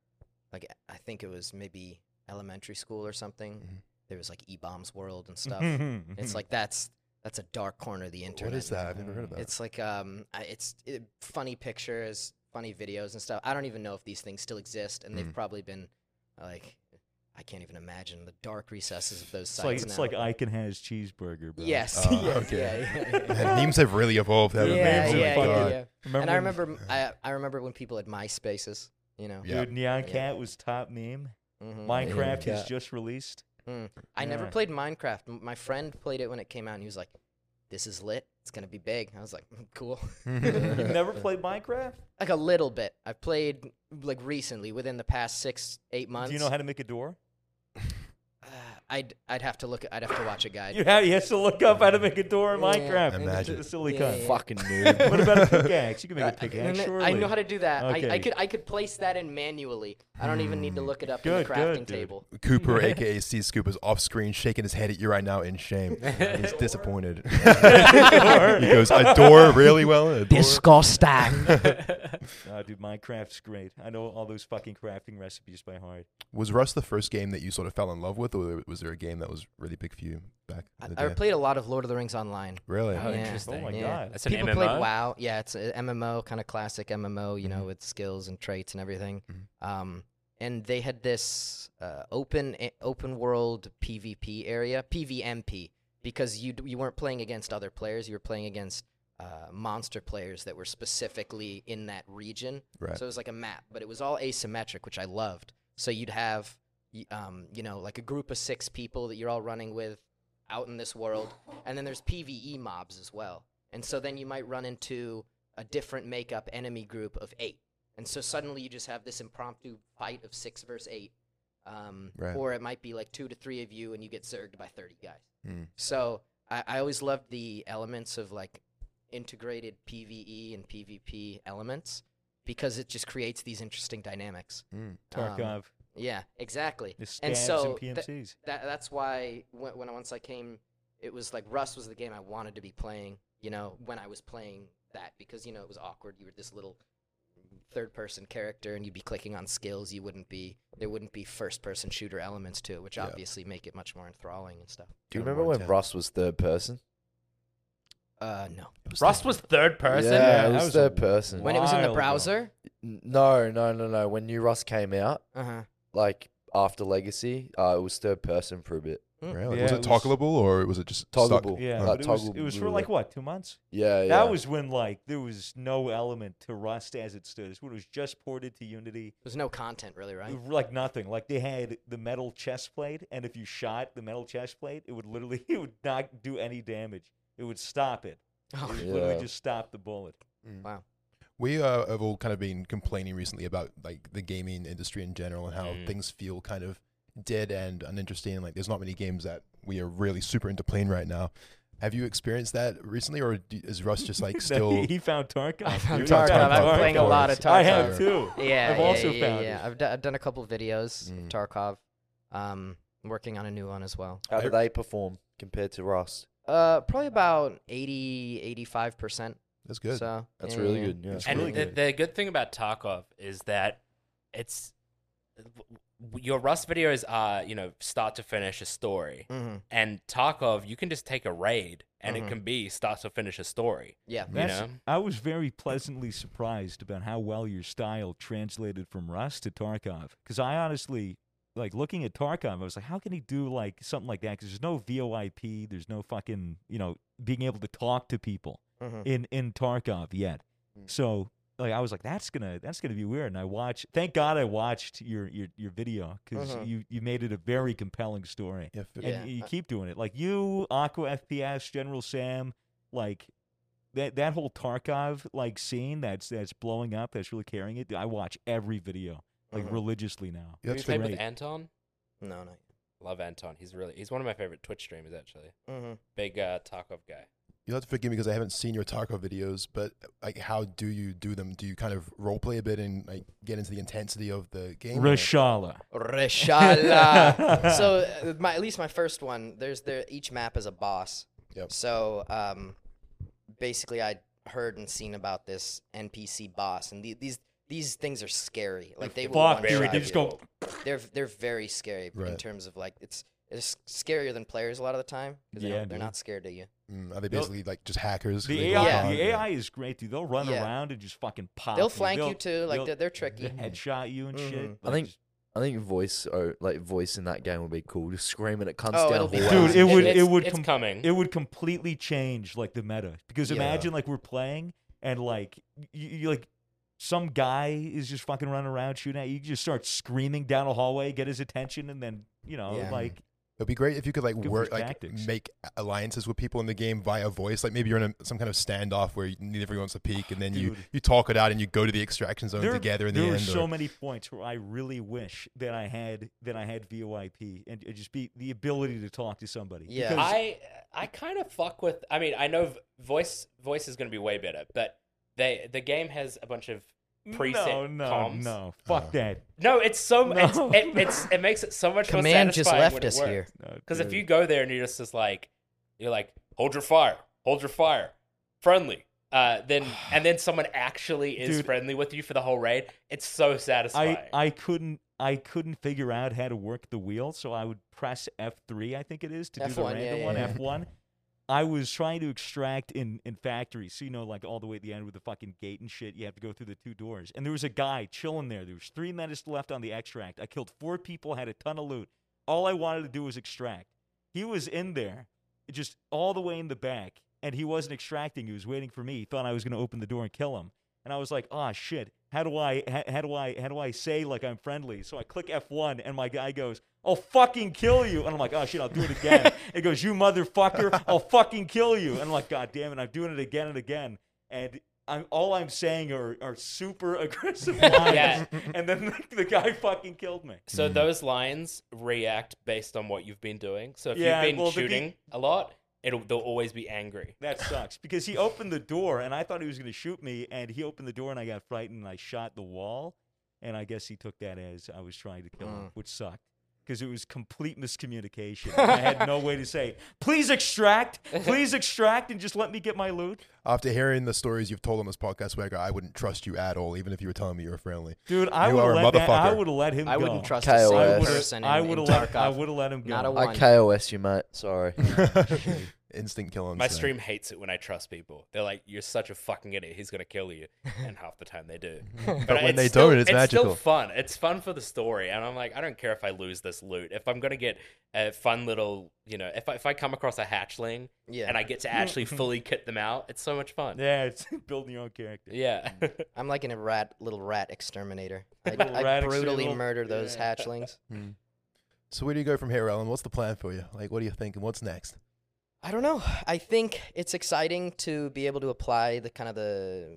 like I think it was maybe elementary school or something.
Mhm.
There was like E Bombs World and stuff. It's like that's that's a dark corner of the internet.
Mm-hmm. What is that? I've never heard of that.
It's like um, I- it's it, funny pictures, funny videos and stuff. I don't even know if these things still exist, and
Mm.
they've probably been like, I can't even imagine the dark recesses of those
it's like
sites
it's
now.
like Icon has cheeseburger, bro.
yes,
Ah,
yes,
okay.
yeah, yeah, yeah.
Man, memes have really evolved.
Yeah,
haven't they?
yeah,
Oh my
yeah,
God.
yeah.
Remember
And I
when
remember, m- I, I remember when people had MySpaces, you know.
Yeah.
Dude, Neon
Yeah.
Cat was top meme.
Mhm.
Minecraft
Yeah.
is just released.
I never
Yeah.
played Minecraft. M- My friend played it when it came out, and he was like, "This is lit. It's gonna be big." I was like, "Mm, "Cool."
You've never played Minecraft?
like a little bit. I've played like recently, within the past six, eight months.
Do you know how to make a door?
Uh, I'd I'd have to look. I'd have to watch a guide.
You have you have to look up how to make a door in
Yeah.
Minecraft.
Imagine.
It's a silly
Yeah,
cunt.
yeah.
Fucking noob.
What about a pickaxe? You can
I-
make a
I can-
pickaxe. Surely.
I know how to do that. I,
Okay. Hmm.
I could I could place that in manually. I don't even need to look it up in
Good,
the
good,
crafting
dude.
table.
Cooper, aka C Scoop, is off screen shaking his head at you right now in shame. He's disappointed. he goes, "A door really well? A door?"
Disgusting.
Nah, Ah, dude, Minecraft's great. I know all those fucking crafting recipes by heart.
Was Rust the first game that you sort of fell in love with, or was there a game that was really big for you back in the
I, I
day?
played a lot of Lord of the Rings online.
really?
Oh,
Yeah.
interesting.
Oh my
Yeah.
god.
That's an
People
MMO.
played WoW. Yeah, it's an MMO, kind of classic MMO, you know,
Mhm.
with skills and traits and everything.
Mhm.
Um, and they had this uh, open a- open world PvP area, PvMP, because you d- you weren't playing against other players, you were playing against uh, monster players that were specifically in that region.
Right.
So it was like a map, but it was all asymmetric, which I loved. So you'd have, y- um, you know, like a group of six people that you're all running with out in this world, and then there's PVE mobs as well. And so then you might run into a different makeup enemy group of eight, and so suddenly you just have this impromptu fight of six versus eight, um,
Right.
or it might be like two to three of you, and you get zerged by thirty guys.
Mm.
So I, I always loved the elements of like integrated PVE and PvP elements because it just creates these interesting dynamics.
Mm.
Um,
Tarkov,
yeah, exactly.
the stabs
and so tha-
and PMCs.
that that's why when, when I- once I came, it was like Rust was the game I wanted to be playing. You know, when I was playing that because you know it was awkward. You were this little third person character, and you'd be clicking on skills. You wouldn't be there wouldn't be first person shooter elements to it, which
Yeah.
obviously make it much more enthralling and stuff.
Do you
Kinda
remember
more
when
intense.
Russ was third person?
Uh, no.
Rust was third person.
Yeah,
Yeah,
it
that
was,
was a
third person.
When it was in
Wild,
the
bro.
browser.
N- No, no, no, no. When New Rust came out,
Uh huh.
like after Legacy, uh, it was third person for a bit.
Really?
Yeah,
Oh, was
it
it,
was-
toggleable or was it just stuck?
Toggleable.
Yeah,
Uh,
but it was,
toggle
it was for
blue.
like what two months.
Yeah, yeah.
That was when like there was no element to Rust as it stood. It's when it was just ported to Unity.
There's no content really, right?
It was Like nothing. Like they had the metal chest plate, and if you shot the metal chest plate, it would literally it would not do any damage. It would stop it. It
Oh,
would
Yeah.
literally just stop the bullet.
wow.
We uh, have all kind of been complaining recently about like the gaming industry in general and how
Mm.
things feel kind of dead and uninteresting. Like there's not many games that we are really super into playing right now. Have you experienced that recently, or do, is Rust just like
No,
still?
he, he found Tarkov.
I found
dude. He
Tarkov.
found
I've been
Tarkov.
playing a lot of
I have
Tarkov.
too.
Yeah,
I've
yeah,
also
yeah,
found it.
yeah. I've, d- I've done a couple videos
Mm.
of Tarkov. Um, I'm working on a new one as well.
How did they perform compared to Rust?
Uh, probably about 80, 85%.
That's good.
So
That's
yeah,
really
Mm, yeah.
good. Yeah.
It's
and
really
the, the good thing about Tarkov is that it's your Rust videos are you know start to finish a story,
Mhm.
and Tarkov you can just take a raid and
Mm-hmm.
Mhm.
it can be start to finish a story.
Yeah.
You
That's,
know?
I was very pleasantly surprised about how well your style translated from Rust to Tarkov. Because I honestly, like, looking at Tarkov, I was like, how can he do, like, something like that? Because there's no VoIP, there's no fucking, you know, being able to talk to people
Mhm.
in, in Tarkov yet.
Hmm.
So, like, I was like, that's gonna, that's gonna be weird. And I watched, thank God I watched your, your, your video because
Mhm.
you, you made it a very compelling story
yeah, f-
Yeah.
and you keep doing it. Like you, Aqua FPS, General Sam, like that that whole Tarkov like scene that's that's blowing up, that's really carrying it. I watch every video like
Mhm.
religiously now.
yeah,
Have
that's
you played
good.
with
great.
Anton?
mm-hmm. No, no.
Love Anton. He's really he's one of my favorite Twitch streamers actually.
Mm-hmm.
Big uh, Tarkov guy.
You'll have to forgive me because I haven't seen your Tarkov videos, but like, how do you do them? Do you kind of role play a bit and like get into the intensity of the game? or-
Rashala.
Reshala. so uh, my at least my first one, there's there each map is a boss.
Yep.
So um basically I heard and seen about this NPC boss and the, these these things are scary. Like they will
Fuck,
one-shot
dude.
very
They
you.
just go.
they're they're very scary in
Right.
terms of like it's it's scarier than players a lot of the time because
Yeah,
they don't- they're
dude.
not scared of you.
Mm, are they basically like just hackers? 'cause
The
they go
AI,
on?
the AI is great, dude. They'll run
Yeah.
around and just fucking pop.
They'll flank you
Ah, They'll-
too. Like
they'll-
they're, they're tricky.
they'll headshot you and shit.
Mm-hmm.
Mhm.
I think-
just-
I think voice or like voice in that game would be cool. Just screaming at cunts
Oh,
down
it'll be
hallways.
fun.
dude, it would
it's,
it would
it's
com-
coming.
it would completely change like the meta because
Yeah.
imagine like we're playing and like you, you like some guy is just fucking running around shooting at you. You just start screaming down a hallway, get his attention, and then you know
Yeah.
like
It'd be great if you could like
Good for
work, like
tactics.
make alliances with people in the game via voice. Like maybe you're in a, some kind of standoff where you- neither of you wants to peek, and then you,
Dude.
you talk it out and you go to the extraction zone together in the
there
end.
are so
or-
many points where I really wish that I had that I had VoIP and it just be the ability to talk to somebody.
Yeah.
because
I I kind of fuck with. I mean, I know v- voice voice is going to be way better, but they the game has a bunch of preset
no, no,
comms.
no, fuck
Oh.
that.
No, it's so
No.
It's, it, it's it makes it so much
Command
more
just
satisfying
left
when it
us
works.
here.
No,
Because if
dude.
you go there and you're just, just like you're like hold your fire, hold your fire, friendly. Uh, then and then someone actually is
Dude.
friendly with you for the whole raid. It's so satisfying.
I, I couldn't I couldn't figure out how to work the wheel, so I would press F three, I think it is, to do the
F1, yeah,
random
yeah,
one,
yeah.
F one. I was trying to extract in, in factory, so you know, like all the way at the end with the fucking gate and shit, you have to go through the two doors. And there was a guy chilling there. There was three minutes left on the extract. I killed four people, had a ton of loot. All I wanted to do was extract. He was in there, just all the way in the back, and he wasn't extracting. He was waiting for me. He thought I was going to open the door and kill him. And I was like, "Ah, shit! How do I? How, how do I? How do I say like I'm friendly?" So I click F1, and my guy goes, "I'll fucking kill you!" And I'm like, "Oh shit! I'll do it again." it goes, "You motherfucker! I'll fucking kill you!" And I'm like, "God damn it! I'm doing it again and again." And I'm all I'm saying are are super aggressive lines.
Yeah.
And then the, the guy fucking killed me.
So those lines react based on what you've been doing. So if
Yeah,
you've been
well, the be-
shooting a lot, it'll they'll always be angry.
That sucks because he opened the door and I thought he was going to shoot me, and he opened the door and I got frightened and I shot the wall, and I guess he took that as I was trying to kill
Mm.
him, which sucked because it was complete miscommunication. I had no way to say, "Please extract, please extract," and just let me get my loot,
After hearing the stories you've told on this podcast, Wegger, I wouldn't trust you at all, even if you were telling me you were friendly.
dude. I
You
would
are a
let that, I
motherfucker.
would have let him.
I
go.
wouldn't trust
KOS. I
a single
would've-
person in,
I
in
would have
Tarkov.
let. I would have let him go.
Not a
I
one.
KOS you, mate. Sorry.
Instant kill on
My
sight.
stream hates it when I trust people. They're like, "You're such a fucking idiot. He's gonna kill you," and half the time they do.
when
But, it's
they
still-
don't, it's magical.
still fun. It's fun for the story, and I'm like, I don't care if I lose this loot. If I'm gonna get a fun little, you know, if I, if I come across a hatchling
Yeah.
and I get to actually fully kit them out, it's so much fun.
Yeah, it's building your own character.
Yeah.
I'm like an rat, little rat exterminator. I,
Little
I
rat
brutally
exterminator.
murder those
Yeah.
hatchlings.
So where do you go from here, Ellen? What's the plan for you? Like, what are you thinking? What's next?
I don't know. I think it's exciting to be able to apply the kind of the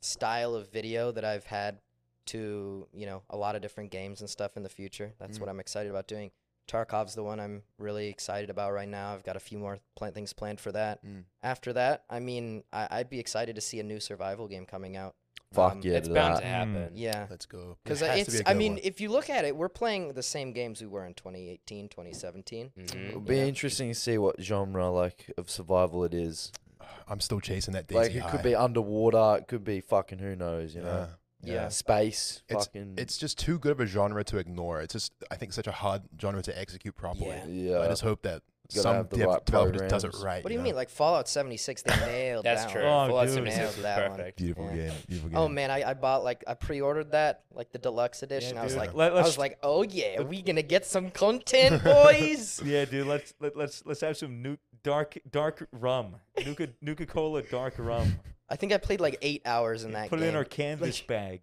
style of video that I've had to, you know, a lot of different games and stuff in the future.
Mm.
That's what I'm excited about doing. Tarkov's the one I'm really excited about right now. I've got a few more plan- things planned for that.
Mm.
After that, I mean, I- I'd be excited to see a new survival game coming out.
Fuck
Um,
yeah.
it's
to
bound
that.
to happen.
Yeah.
Let's go. It
Because
has to
uh, it's,
be a
I
good
mean,
one.
if you look at it, we're playing the same games we were in 2018, 2017.
Mm-hmm.
Mhm.
It'll
you
be
know.
interesting to see what genre like of survival it is.
I'm still chasing that daisy
Like it
high.
could be underwater. It could be fucking who knows. You know,
Yeah.
Yeah.
space.
It's-
fucking
It's just too good of a genre to ignore. It's just, I think, such a hard genre to execute properly.
Yeah.
yeah.
I just hope that
gotta
some
have the
dev-
right
developer just does it
programs.
right.
What do you mean? Like Fallout 76, they nailed
That's
that
true.
one.
Oh,
Fallout
dude.
76
Nailed
was
that one.
perfect.
beautiful
Yeah.
game. Beautiful game.
Oh man, I, I bought like I pre-ordered that like the deluxe edition. I was
dude.
like,
Let-
I
let's-
was like, oh yeah, we gonna get some content, boys.
Yeah, dude. Let's let, let's let's have some nu- dark dark rum, Nuka Nuka Cola dark rum.
I think I played like eight hours in that
Put it
game.
in our canvas bag.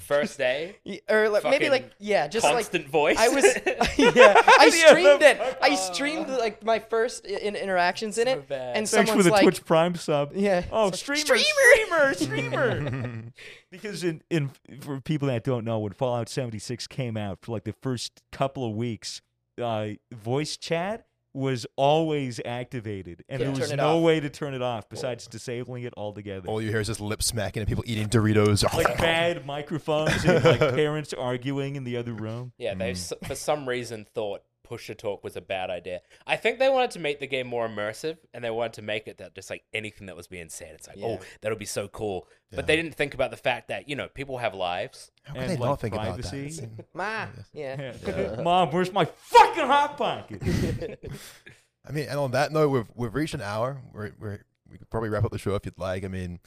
First day,
Y- or like, maybe
fucking
like yeah, just like
constant voice.
I was yeah, I
Yeah,
streamed
that-
it. I streamed like my first i- in- interactions in it, and
bad.
Thanks for
someone's
the
like,
Twitch Prime sub.
yeah,
Oh,
it's like,
streamer, streamer, streamer. because in, in for people that don't know, when Fallout 76 came out, for like the first couple of weeks, uh, voice chat was always activated, and
Yeah.
there was
Turn it
no
off. Oh.
way to turn it off besides disabling it altogether.
All you hear is just lip smacking and people eating Doritos.
like bad microphones and like parents arguing in the other room.
Yeah, they
Mm.
s for some reason thought push to talk was a bad idea. I think they wanted to make the game more immersive, and they wanted to make it that just like anything that was being said, it's like, oh,
Yeah.
that'll be so cool. But they didn't think about the fact that you know people have lives.
How
And,
could they
like,
not think about that?
privacy.
It's-
ma, yeah.
Yeah. Mom, where's my fucking hot pocket?
I mean, and on that note, we've we've reached an hour. We're, we're we could probably wrap up the show if you'd like. I mean,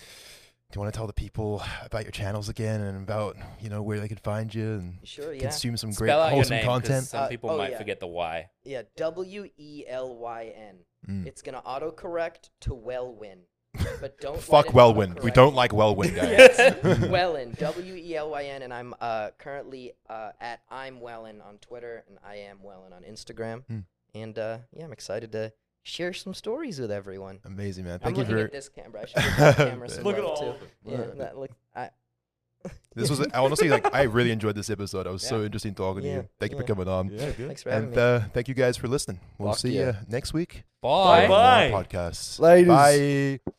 do you want to tell the people about your channels again and about you know where they can find you and
Sure, yeah.
consume some great
Spell out your
wholesome
name. 'cause
content?
Some
Uh,
people
oh,
might
yeah.
forget the why.
Yeah, W E L Y N.
Mm.
It's gonna autocorrect to Wellwin. But don't
Fuck Wellwin.
Wellwin.
We don't like Wellwin, guys.
Wellin, W E L Y N, and I'm uh, currently uh, at I'm Wellin on Twitter and I am Wellin on Instagram.
Hmm.
And uh, yeah, I'm excited to share some stories with everyone.
Amazing, man.
I'm
Thank you
looking
for
at this camera. I should give that camera some
Look at
love,
all.
too.
of them.
Yeah, that look. I,
this. Was honestly like I really enjoyed this episode. It was so interesting talking to
Yeah,
you. Thank you for
yeah.
coming on.
Yeah, dude.
thanks for having
And
me.
uh, thank you guys for listening. We'll
Fuck
see
yeah.
you next week.
Bye.
on our
Bye.
Podcast.
Laters.
Bye.